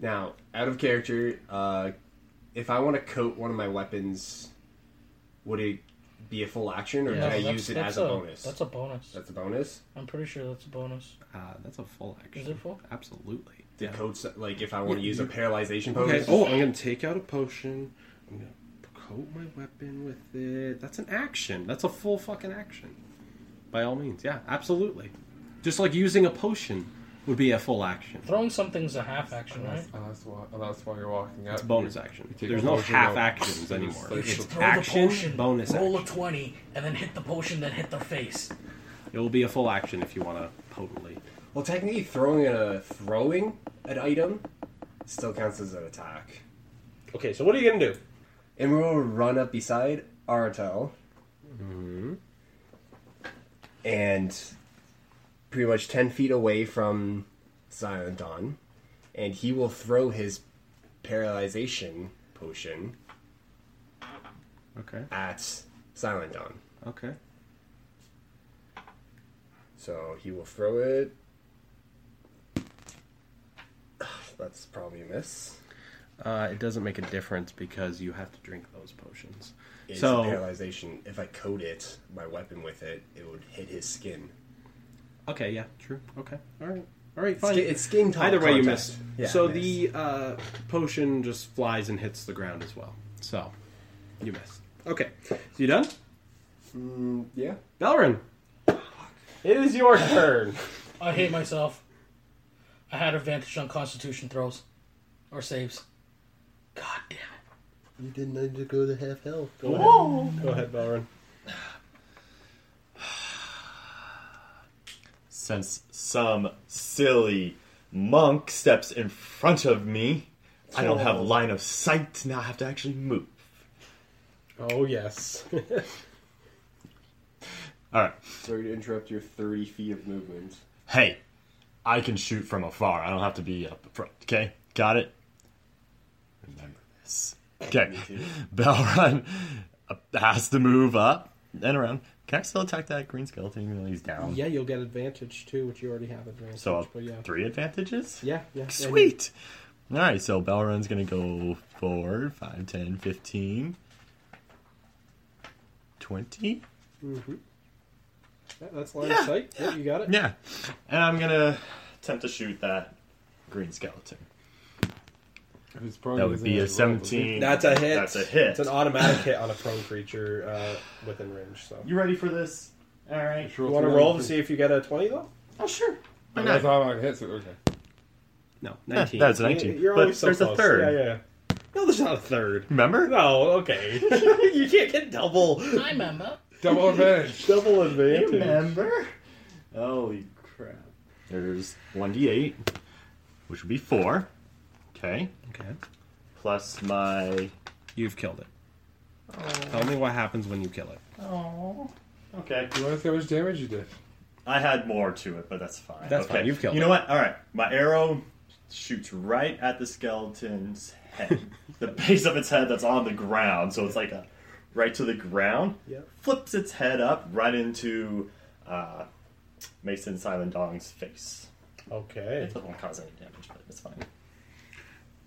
[SPEAKER 6] Now, out of character, uh, if I want to coat one of my weapons, would it be a full action, or
[SPEAKER 5] Yeah,
[SPEAKER 6] can I
[SPEAKER 5] that's-
[SPEAKER 6] use it
[SPEAKER 5] that's
[SPEAKER 6] as a, bonus?
[SPEAKER 5] That's a bonus.
[SPEAKER 6] That's a bonus.
[SPEAKER 5] I'm pretty sure that's a bonus.
[SPEAKER 2] Uh, that's a full action.
[SPEAKER 5] Is it full?
[SPEAKER 2] Absolutely.
[SPEAKER 6] The coats, like if I want to use a paralyzation potion.
[SPEAKER 2] Okay. Oh, I'm gonna take out a potion. I'm gonna coat my weapon with it. That's an action. That's a full fucking action. By all means, yeah, absolutely. Just like using a potion would be a full action.
[SPEAKER 5] Throwing something's a half action, right?
[SPEAKER 3] And Oh, that's why, and that's why you're walking out.
[SPEAKER 2] It's bonus action.
[SPEAKER 3] take
[SPEAKER 2] There's
[SPEAKER 3] a
[SPEAKER 2] no
[SPEAKER 3] potion
[SPEAKER 2] half
[SPEAKER 3] out.
[SPEAKER 2] actions anymore.
[SPEAKER 3] Like
[SPEAKER 2] It's
[SPEAKER 3] the-
[SPEAKER 5] Throw the
[SPEAKER 2] action,
[SPEAKER 5] potion,
[SPEAKER 2] bonus
[SPEAKER 5] roll
[SPEAKER 2] action.
[SPEAKER 5] a twenty, and then hit the potion, then hit their face.
[SPEAKER 2] It will be a full action if you want to potently.
[SPEAKER 6] Well, technically, throwing a throwing an item still counts as an attack.
[SPEAKER 2] Okay, so what are you gonna do?
[SPEAKER 6] And we will run up beside Artel. And pretty much 10 feet away from Silent Dawn. And he will throw his paralyzation potion
[SPEAKER 2] Okay.
[SPEAKER 6] at Silent Dawn.
[SPEAKER 2] Okay.
[SPEAKER 6] So he will throw it. That's probably a miss.
[SPEAKER 2] Uh, it doesn't make a difference because you have to drink those potions.
[SPEAKER 6] It's
[SPEAKER 2] so
[SPEAKER 6] paralyzation. If I coat it, my weapon with it, it would hit his skin.
[SPEAKER 2] Okay, yeah, true. Okay, all right, all right, fine.
[SPEAKER 6] It's, it's skin type.
[SPEAKER 2] Either way, you
[SPEAKER 6] contest.
[SPEAKER 2] miss.
[SPEAKER 6] Yeah,
[SPEAKER 2] so
[SPEAKER 6] miss.
[SPEAKER 2] the uh, potion just flies and hits the ground as well. So you miss. Okay, so you done,
[SPEAKER 6] Yeah.
[SPEAKER 2] Belrin? It is your turn.
[SPEAKER 5] I hate myself. I had advantage on Constitution throws or saves. God damn it!
[SPEAKER 6] You didn't need to go to half health.
[SPEAKER 2] Go ahead, Belrin.
[SPEAKER 4] Since some silly monk steps in front of me, I don't have line of sight. Now I have to actually move.
[SPEAKER 2] Oh yes.
[SPEAKER 4] All right.
[SPEAKER 6] Sorry to interrupt your 30 feet of movement.
[SPEAKER 4] Hey, I can shoot from afar. I don't have to be up front. Okay, got it. Remember this. Okay, Bell Run has to move up and around. Can I still attack that green skeleton even though he's down?
[SPEAKER 2] yeah, you'll get advantage too, which you already have advantage.
[SPEAKER 4] So I'll-
[SPEAKER 2] but yeah,
[SPEAKER 4] three advantages.
[SPEAKER 2] yeah, yeah.
[SPEAKER 4] Sweet. All right, so Belrun's going to go forward 5, 10, 15, 20.
[SPEAKER 2] Yeah, that's line
[SPEAKER 4] Yeah.
[SPEAKER 2] of sight. Yeah, you got it.
[SPEAKER 4] Yeah. And I'm going to attempt to shoot that green skeleton. That would be a 17.
[SPEAKER 2] That's a hit.
[SPEAKER 4] That's a hit.
[SPEAKER 2] It's an automatic hit on a prone creature uh, within range. So
[SPEAKER 4] You ready for this? All right.
[SPEAKER 2] you want to roll to see if you get a twenty though.
[SPEAKER 4] Oh, sure. Why
[SPEAKER 3] That's
[SPEAKER 4] not?
[SPEAKER 3] how I hit. So, okay.
[SPEAKER 2] No,
[SPEAKER 4] Yeah,
[SPEAKER 2] 19.
[SPEAKER 4] that's 19.
[SPEAKER 2] You're
[SPEAKER 4] But
[SPEAKER 2] always so
[SPEAKER 4] there's a
[SPEAKER 2] close.
[SPEAKER 4] third.
[SPEAKER 2] Yeah, yeah. No, there's not a third.
[SPEAKER 4] Remember?
[SPEAKER 2] No, okay. you can't get double.
[SPEAKER 5] I remember.
[SPEAKER 3] Double advantage.
[SPEAKER 4] Double advantage.
[SPEAKER 7] Remember?
[SPEAKER 4] Holy crap. There's 1d8, which would be 4. Okay.
[SPEAKER 2] Okay.
[SPEAKER 4] Plus my.
[SPEAKER 2] You've killed it. Tell me what happens when you kill it.
[SPEAKER 7] Oh.
[SPEAKER 4] Okay.
[SPEAKER 3] You want to see how much damage you did?
[SPEAKER 4] I had more to it, but that's fine.
[SPEAKER 2] That's
[SPEAKER 4] okay.
[SPEAKER 2] fine, you've killed
[SPEAKER 4] You
[SPEAKER 2] it.
[SPEAKER 4] know what? All right. My arrow shoots right at the skeleton's head, the base of its head that's on the ground. So it's like a right to the ground.
[SPEAKER 6] Yep.
[SPEAKER 4] Flips its head up right into uh, Mason Silent Dong's face.
[SPEAKER 7] Okay.
[SPEAKER 4] It won't cause any damage, but it's fine.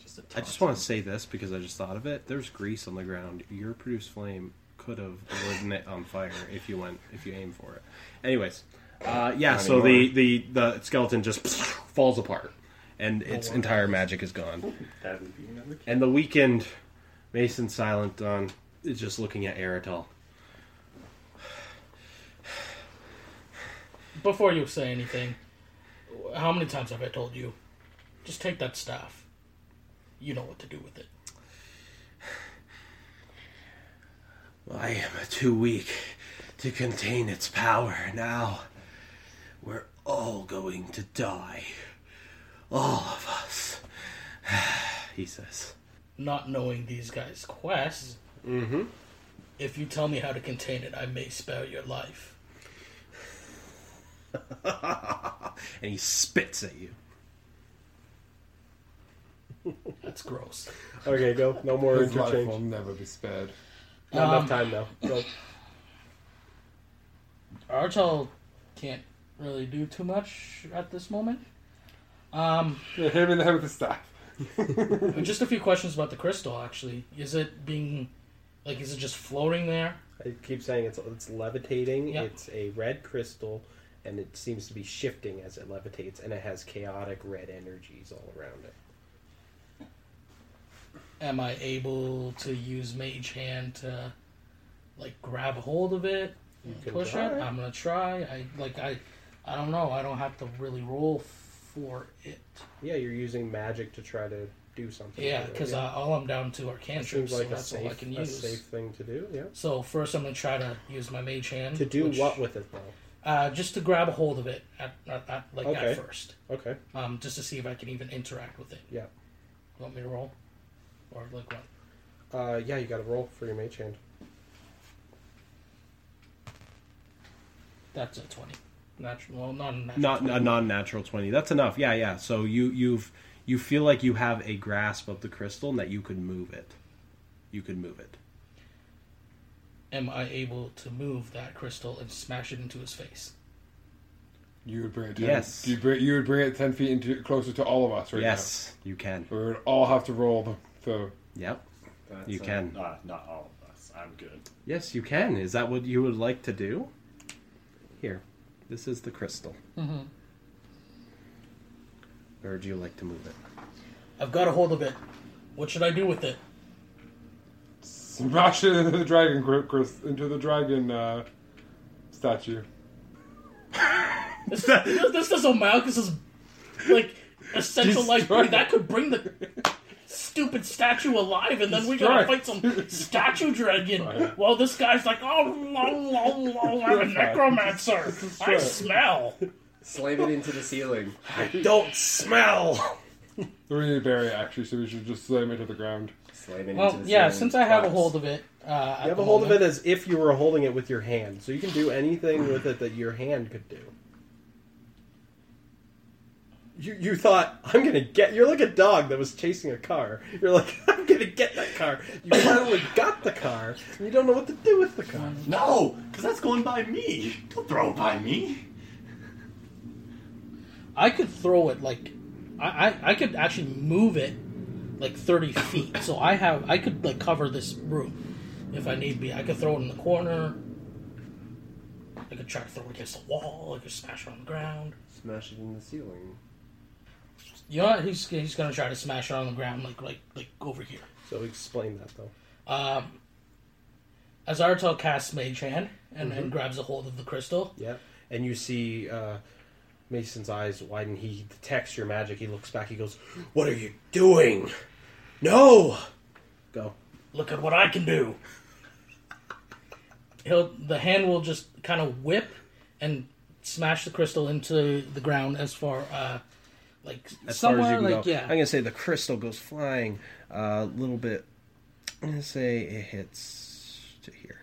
[SPEAKER 4] Just a
[SPEAKER 2] I just
[SPEAKER 4] taunt.
[SPEAKER 2] want to say this because I just thought of it. There's grease on the ground. Your produced flame could have lit it on fire if you went if you aim for it. Anyways, uh, yeah. So the, the the skeleton just falls apart, and its entire magic is gone.
[SPEAKER 4] That would be another key.
[SPEAKER 2] And the weekend, Mason silent on is just looking at Aerithel.
[SPEAKER 5] Before you say anything, how many times have I told you? Just take that staff. You know what to do with it.
[SPEAKER 2] I am too weak to contain its power now. We're all going to die. All of us. he says.
[SPEAKER 5] Not knowing these guys' quests, if you tell me how to contain it, I may spare your life.
[SPEAKER 2] And he spits at you.
[SPEAKER 5] That's gross.
[SPEAKER 7] Okay, go. No more
[SPEAKER 3] His life will
[SPEAKER 7] interchange.
[SPEAKER 3] never be spared.
[SPEAKER 7] Not
[SPEAKER 5] Um,
[SPEAKER 7] enough time now. Go.
[SPEAKER 5] Artel can't really do too much at this moment. Um,
[SPEAKER 3] Yeah, hit him in the head with the staff.
[SPEAKER 5] just a few questions about the crystal. Actually, is it being like is it just floating there?
[SPEAKER 7] I keep saying it's it's levitating.
[SPEAKER 5] Yeah.
[SPEAKER 7] It's a red crystal, and it seems to be shifting as it levitates, and it has chaotic red energies all around it.
[SPEAKER 5] Am I able to use Mage Hand to like grab hold of it,
[SPEAKER 7] can
[SPEAKER 5] push
[SPEAKER 7] try.
[SPEAKER 5] it? I'm gonna try. I like I, I don't know. I don't have to really roll for it.
[SPEAKER 7] Yeah, you're using magic to try to do something.
[SPEAKER 5] Yeah,
[SPEAKER 7] with it.
[SPEAKER 5] because uh, all I'm down to are
[SPEAKER 7] It seems
[SPEAKER 5] cantrips,
[SPEAKER 7] like a
[SPEAKER 5] so that's all I
[SPEAKER 7] safe,
[SPEAKER 5] can
[SPEAKER 7] a
[SPEAKER 5] use.
[SPEAKER 7] safe thing to do. Yeah.
[SPEAKER 5] So first, I'm gonna try to use my Mage Hand
[SPEAKER 7] To do
[SPEAKER 5] which-
[SPEAKER 7] what with it though?
[SPEAKER 5] Uh, just to grab a hold of it at, at, at like
[SPEAKER 7] Okay.
[SPEAKER 5] at first,
[SPEAKER 7] Okay.
[SPEAKER 5] um, just to see if I can even interact with it.
[SPEAKER 7] Yeah.
[SPEAKER 5] You want me to roll, or like what?
[SPEAKER 7] Uh, yeah, you got to roll for your mage hand.
[SPEAKER 5] That's a twenty. Natural, well, not a natural.
[SPEAKER 2] Not
[SPEAKER 5] 20.
[SPEAKER 2] a non-natural twenty. That's enough. Yeah, yeah. So you you've you feel like you have a grasp of the crystal and that you could move it. You could move it.
[SPEAKER 5] Am I able to move that crystal and smash it into his face?
[SPEAKER 3] You would bring it. 10,
[SPEAKER 2] Yes.
[SPEAKER 3] You, bring, you would bring it ten feet into closer to all of us right
[SPEAKER 2] yes, you can.
[SPEAKER 3] now. We would all have to roll the. the
[SPEAKER 2] Yep,
[SPEAKER 6] That's
[SPEAKER 2] you
[SPEAKER 6] a-
[SPEAKER 2] can.
[SPEAKER 4] Uh, not all of us. I'm good.
[SPEAKER 2] Yes, you can. Is that what you would like to do? Here, this is the crystal. Where would you like to move it?
[SPEAKER 5] I've got a hold of it. What should I do with it?
[SPEAKER 3] smash it into the dragon cr- cr- into the dragon uh, statue.
[SPEAKER 5] This, this, this doesn't matter. 'cause This is like essential life.
[SPEAKER 3] Destroy it.
[SPEAKER 5] That could bring the stupid statue alive, and then we
[SPEAKER 3] Destroy
[SPEAKER 5] gotta
[SPEAKER 3] it.
[SPEAKER 5] fight some statue dragon. While this guy's like, oh, lol, lol, lol, I'm a necromancer. I smell.
[SPEAKER 6] Slam it into the ceiling.
[SPEAKER 2] Don't smell.
[SPEAKER 3] We need to bury it actually, so we should just slam it to the ground.
[SPEAKER 6] Slam it
[SPEAKER 5] Well,
[SPEAKER 6] into the
[SPEAKER 5] yeah.
[SPEAKER 6] ceiling.
[SPEAKER 5] Since I have a
[SPEAKER 6] Twice.
[SPEAKER 5] hold of it, uh,
[SPEAKER 7] You have a hold of it as if you were holding it with your hand, so you can do anything with it that your hand could do. You you thought I'm gonna get. You're like a dog that was chasing a car. You're like I'm gonna get that car. You finally got the car. And you don't know what to do with the car.
[SPEAKER 4] No, because that's going by me. Don't throw it by me.
[SPEAKER 5] I could throw it like I, I, I could actually move it like thirty feet. So I have I could like cover this room if I need be. I could throw it in the corner. I could try to throw it against the wall. I could smash it on the ground.
[SPEAKER 6] Smash it in the ceiling.
[SPEAKER 5] You know what? He's he's gonna try to smash it on the ground like like like over here.
[SPEAKER 7] So explain that though.
[SPEAKER 5] Um, as Artel casts Mage Hand and then grabs a hold of the crystal,
[SPEAKER 7] Yeah, and you see uh, Mason's eyes widen. He detects your magic. He looks back. He goes, "What are you doing? No, go."
[SPEAKER 5] look at what I can do. he'll the hand will just kind of whip and smash the crystal into the ground as far uh like
[SPEAKER 2] as far
[SPEAKER 5] somewhere
[SPEAKER 2] as you can
[SPEAKER 5] like
[SPEAKER 2] go.
[SPEAKER 5] yeah
[SPEAKER 2] I'm gonna say the crystal goes flying uh, a little bit. I'm gonna say it hits to here.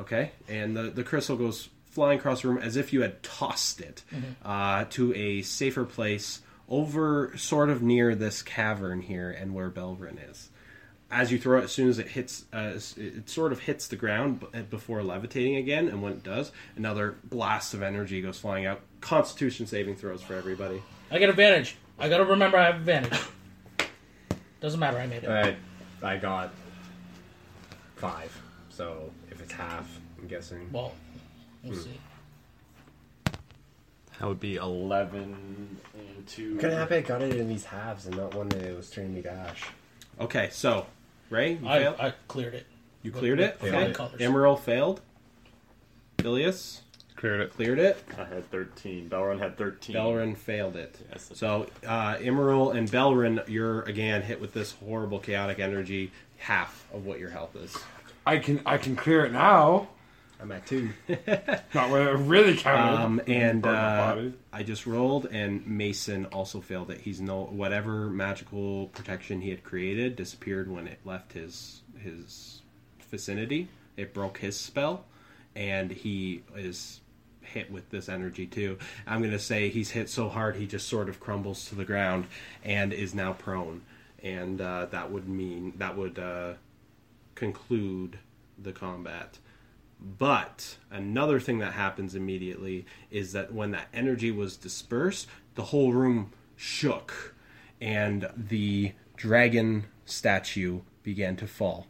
[SPEAKER 2] Okay, and the the crystal goes flying across the room as if you had tossed it
[SPEAKER 5] Mm-hmm.
[SPEAKER 2] uh, to a safer place over sort of near this cavern here and where Belrin is. As you throw it, as soon as it hits, uh, it it sort of hits the ground b- uh, before levitating again. And when it does, another blast of energy goes flying out. Constitution saving throws for everybody.
[SPEAKER 5] I get advantage. I gotta remember I have advantage. Doesn't matter, I made it.
[SPEAKER 6] I, I got five. So if it's half, I'm guessing.
[SPEAKER 5] Well,
[SPEAKER 2] Hmm.
[SPEAKER 5] we'll see.
[SPEAKER 4] That would be 11 and 2.
[SPEAKER 6] Could happy I got it in these halves and not one that was turning me to ash.
[SPEAKER 2] Okay, so Ray, you,
[SPEAKER 5] I,
[SPEAKER 2] failed?
[SPEAKER 5] I cleared it.
[SPEAKER 2] you cleared it.
[SPEAKER 5] with
[SPEAKER 2] Okay.
[SPEAKER 5] fine colours.
[SPEAKER 2] Emerald failed. Ilias
[SPEAKER 3] Cleared it.
[SPEAKER 2] cleared it.
[SPEAKER 4] I had 13. Belron had 13.
[SPEAKER 2] Belrin failed it.
[SPEAKER 4] Yes.
[SPEAKER 2] So uh, Emerald and Belrin, you're again hit with this horrible chaotic energy, half of what your health is.
[SPEAKER 3] I can I can clear it now.
[SPEAKER 6] I'm at two.
[SPEAKER 3] Not what it really counted.
[SPEAKER 2] Um, and
[SPEAKER 3] Burn my
[SPEAKER 2] uh,
[SPEAKER 3] body.
[SPEAKER 2] I just rolled, and Mason also failed it. He's no whatever magical protection he had created disappeared when it left his his vicinity. It broke his spell, and he is hit with this energy too. I'm gonna say he's hit so hard he just sort of crumbles to the ground and is now prone. And uh, that would mean that would uh, conclude the combat. But another thing that happens immediately is that when that energy was dispersed, the whole room shook and the dragon statue began to fall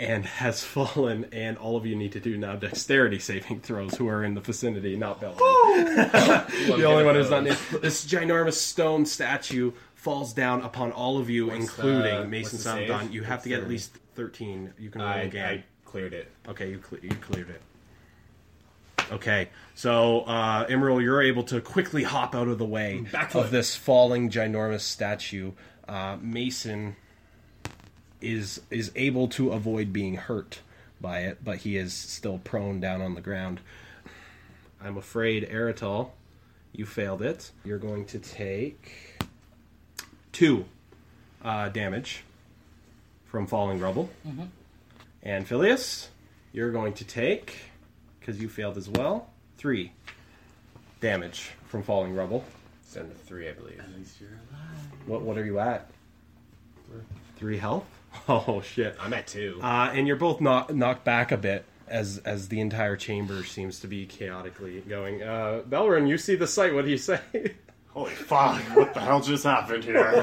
[SPEAKER 2] and has fallen. And all of you need to do now dexterity saving throws who are in the vicinity, not Bella. the only one who's not named. This ginormous stone statue falls down upon all of you, including
[SPEAKER 6] the-
[SPEAKER 2] Mason
[SPEAKER 6] what's the save?
[SPEAKER 2] Samadon. You have to get at
[SPEAKER 6] Thirty.
[SPEAKER 2] least 13. You can roll
[SPEAKER 6] I,
[SPEAKER 2] again.
[SPEAKER 6] I cleared it.
[SPEAKER 2] Okay, you, cle- you cleared it. Okay, so uh, Emerald, you're able to quickly hop out of the way of this falling ginormous statue. Uh, Mason is is able to avoid being hurt by it, but he is still prone down on the ground. I'm afraid, Eritol, you failed it. You're going to take two uh, damage from falling rubble. And Phileas, you're going to take, because you failed as well, three damage from falling rubble.
[SPEAKER 6] It's down to three, I believe.
[SPEAKER 2] What what are you at? Three health. Oh shit.
[SPEAKER 6] I'm at two.
[SPEAKER 2] Uh, and you're both knock, knocked back a bit as as the entire chamber seems to be chaotically going. Uh, Belrin, you see the sight. What do you say?
[SPEAKER 4] Holy fuck, what the hell just happened here?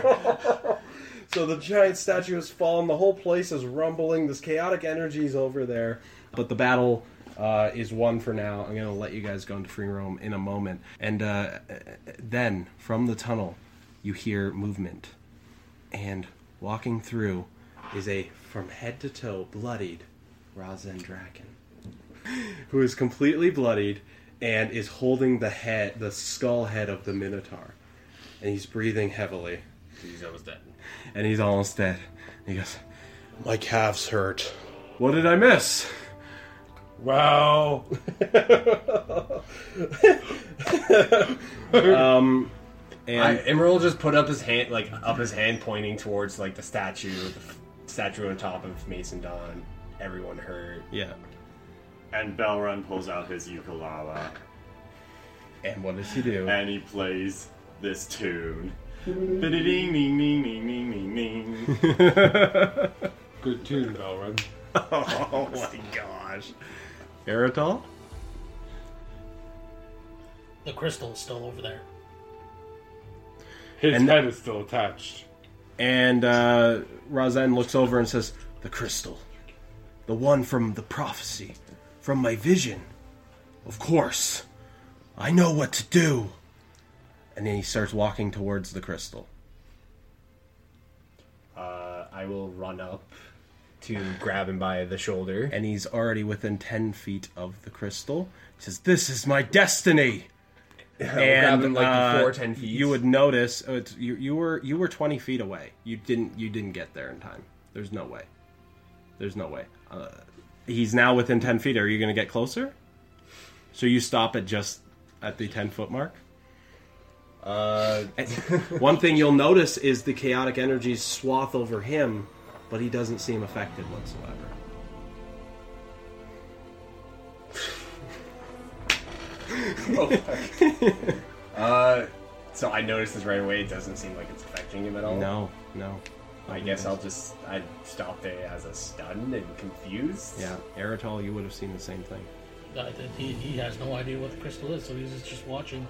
[SPEAKER 7] So the giant statue has fallen. The whole place is rumbling. This chaotic energy is over there.
[SPEAKER 2] but the battle uh, is won for now. I'm going to let you guys go into free roam in a moment. And uh, then from the tunnel, you hear movement. And walking through is a from head to toe bloodied Razen Draken, who is completely bloodied and is holding the head, the skull head of the Minotaur. And he's breathing heavily
[SPEAKER 6] He's almost dead.
[SPEAKER 2] and he's almost dead. And he goes, My calves hurt. What did I miss?
[SPEAKER 3] Well,
[SPEAKER 2] And
[SPEAKER 6] I, Emerald just put up his hand, like up his hand, pointing towards like the statue, the f- statue on top of Mason Don. Everyone hurt.
[SPEAKER 2] yeah.
[SPEAKER 4] and Belron pulls out his ukulele
[SPEAKER 2] And what does he do?
[SPEAKER 4] and he plays this tune. Ba-da-ding-ding-ding-ding-ding-ding-ding.
[SPEAKER 3] good tune, Belrin.
[SPEAKER 4] oh my gosh.
[SPEAKER 2] Eritol?
[SPEAKER 5] The crystal is still over there.
[SPEAKER 3] His
[SPEAKER 2] And-
[SPEAKER 3] head is still attached.
[SPEAKER 2] And uh, Razan looks over and says, The crystal. The one from the prophecy. From my vision. Of course. I know what to do. And then he starts walking towards the crystal.
[SPEAKER 6] Uh, I will run up to grab him by the shoulder.
[SPEAKER 2] And he's already within 10 feet of the crystal. He says, This is my destiny!
[SPEAKER 6] grab
[SPEAKER 2] and
[SPEAKER 6] him, like,
[SPEAKER 2] uh,
[SPEAKER 6] before 10 feet.
[SPEAKER 2] You would notice oh, it's, you, you were you were twenty feet away. You didn't you didn't get there in time. There's no way. There's no way. Uh, he's now within 10 feet. Are you going to get closer? So you stop at just at the 10 foot mark?
[SPEAKER 6] Uh,
[SPEAKER 2] One thing you'll notice is the chaotic energies swath over him, but he doesn't seem affected whatsoever.
[SPEAKER 6] uh, so I noticed this right away. It doesn't seem like it's affecting him at all.
[SPEAKER 2] No, no.
[SPEAKER 6] I guess I'll just I stopped it as a stunned and confused.
[SPEAKER 2] Yeah, Eritol, you would have seen the same thing.
[SPEAKER 5] Uh, th- he, he has no idea what the crystal is, so he's just watching.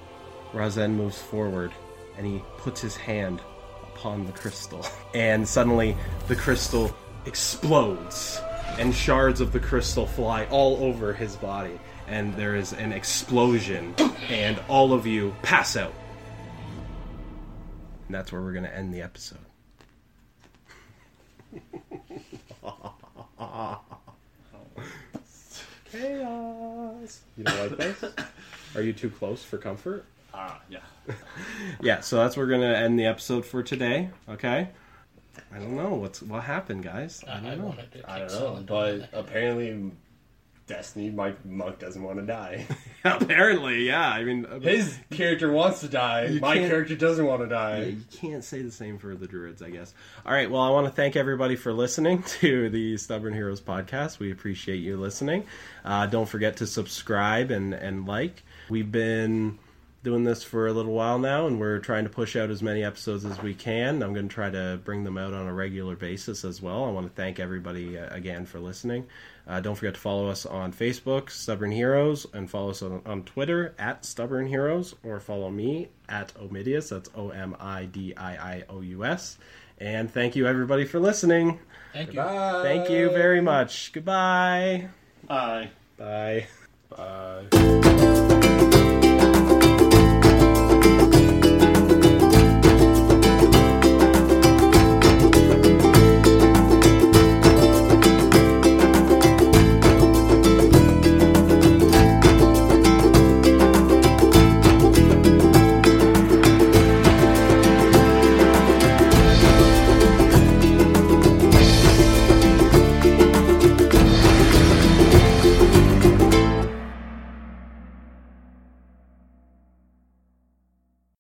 [SPEAKER 2] Razen moves forward and he puts his hand upon the crystal. And suddenly the crystal explodes and shards of the crystal fly all over his body. And there is an explosion and all of you pass out. And that's where we're going to end the episode.
[SPEAKER 7] Chaos.
[SPEAKER 2] You don't like this? Are you too close for comfort?
[SPEAKER 4] Ah, yeah.
[SPEAKER 2] Yeah, so that's where we're going to end the episode for today, okay? I don't know what's what happened, guys.
[SPEAKER 5] I, I, wanted to kick
[SPEAKER 6] I don't know,
[SPEAKER 5] someone.
[SPEAKER 6] but apparently, Destiny, my monk doesn't want to die.
[SPEAKER 2] Apparently, yeah. I mean, uh,
[SPEAKER 6] His character wants to die. my
[SPEAKER 2] can't-
[SPEAKER 6] character doesn't want to
[SPEAKER 2] Yeah,
[SPEAKER 6] die.
[SPEAKER 2] you can't say the same for the druids, I guess. All right, well, I want to thank everybody for listening to the Stubborn Heroes podcast. We appreciate you listening. Uh, don't forget to subscribe and, and like. We've been doing this for a little while now, and we're trying to push out as many episodes as we can. I'm going to try to bring them out on a regular basis as well. I want to thank everybody uh, again for listening. Uh, don't forget to follow us on Facebook, Stubborn Heroes, and follow us on, on Twitter at Stubborn Heroes, or follow me at Omidius. That's O M I D I I O U S. And thank you everybody for listening.
[SPEAKER 5] Thank you.
[SPEAKER 6] Bye.
[SPEAKER 2] Thank you very much. Goodbye.
[SPEAKER 4] Bye.
[SPEAKER 2] Bye.
[SPEAKER 6] Bye.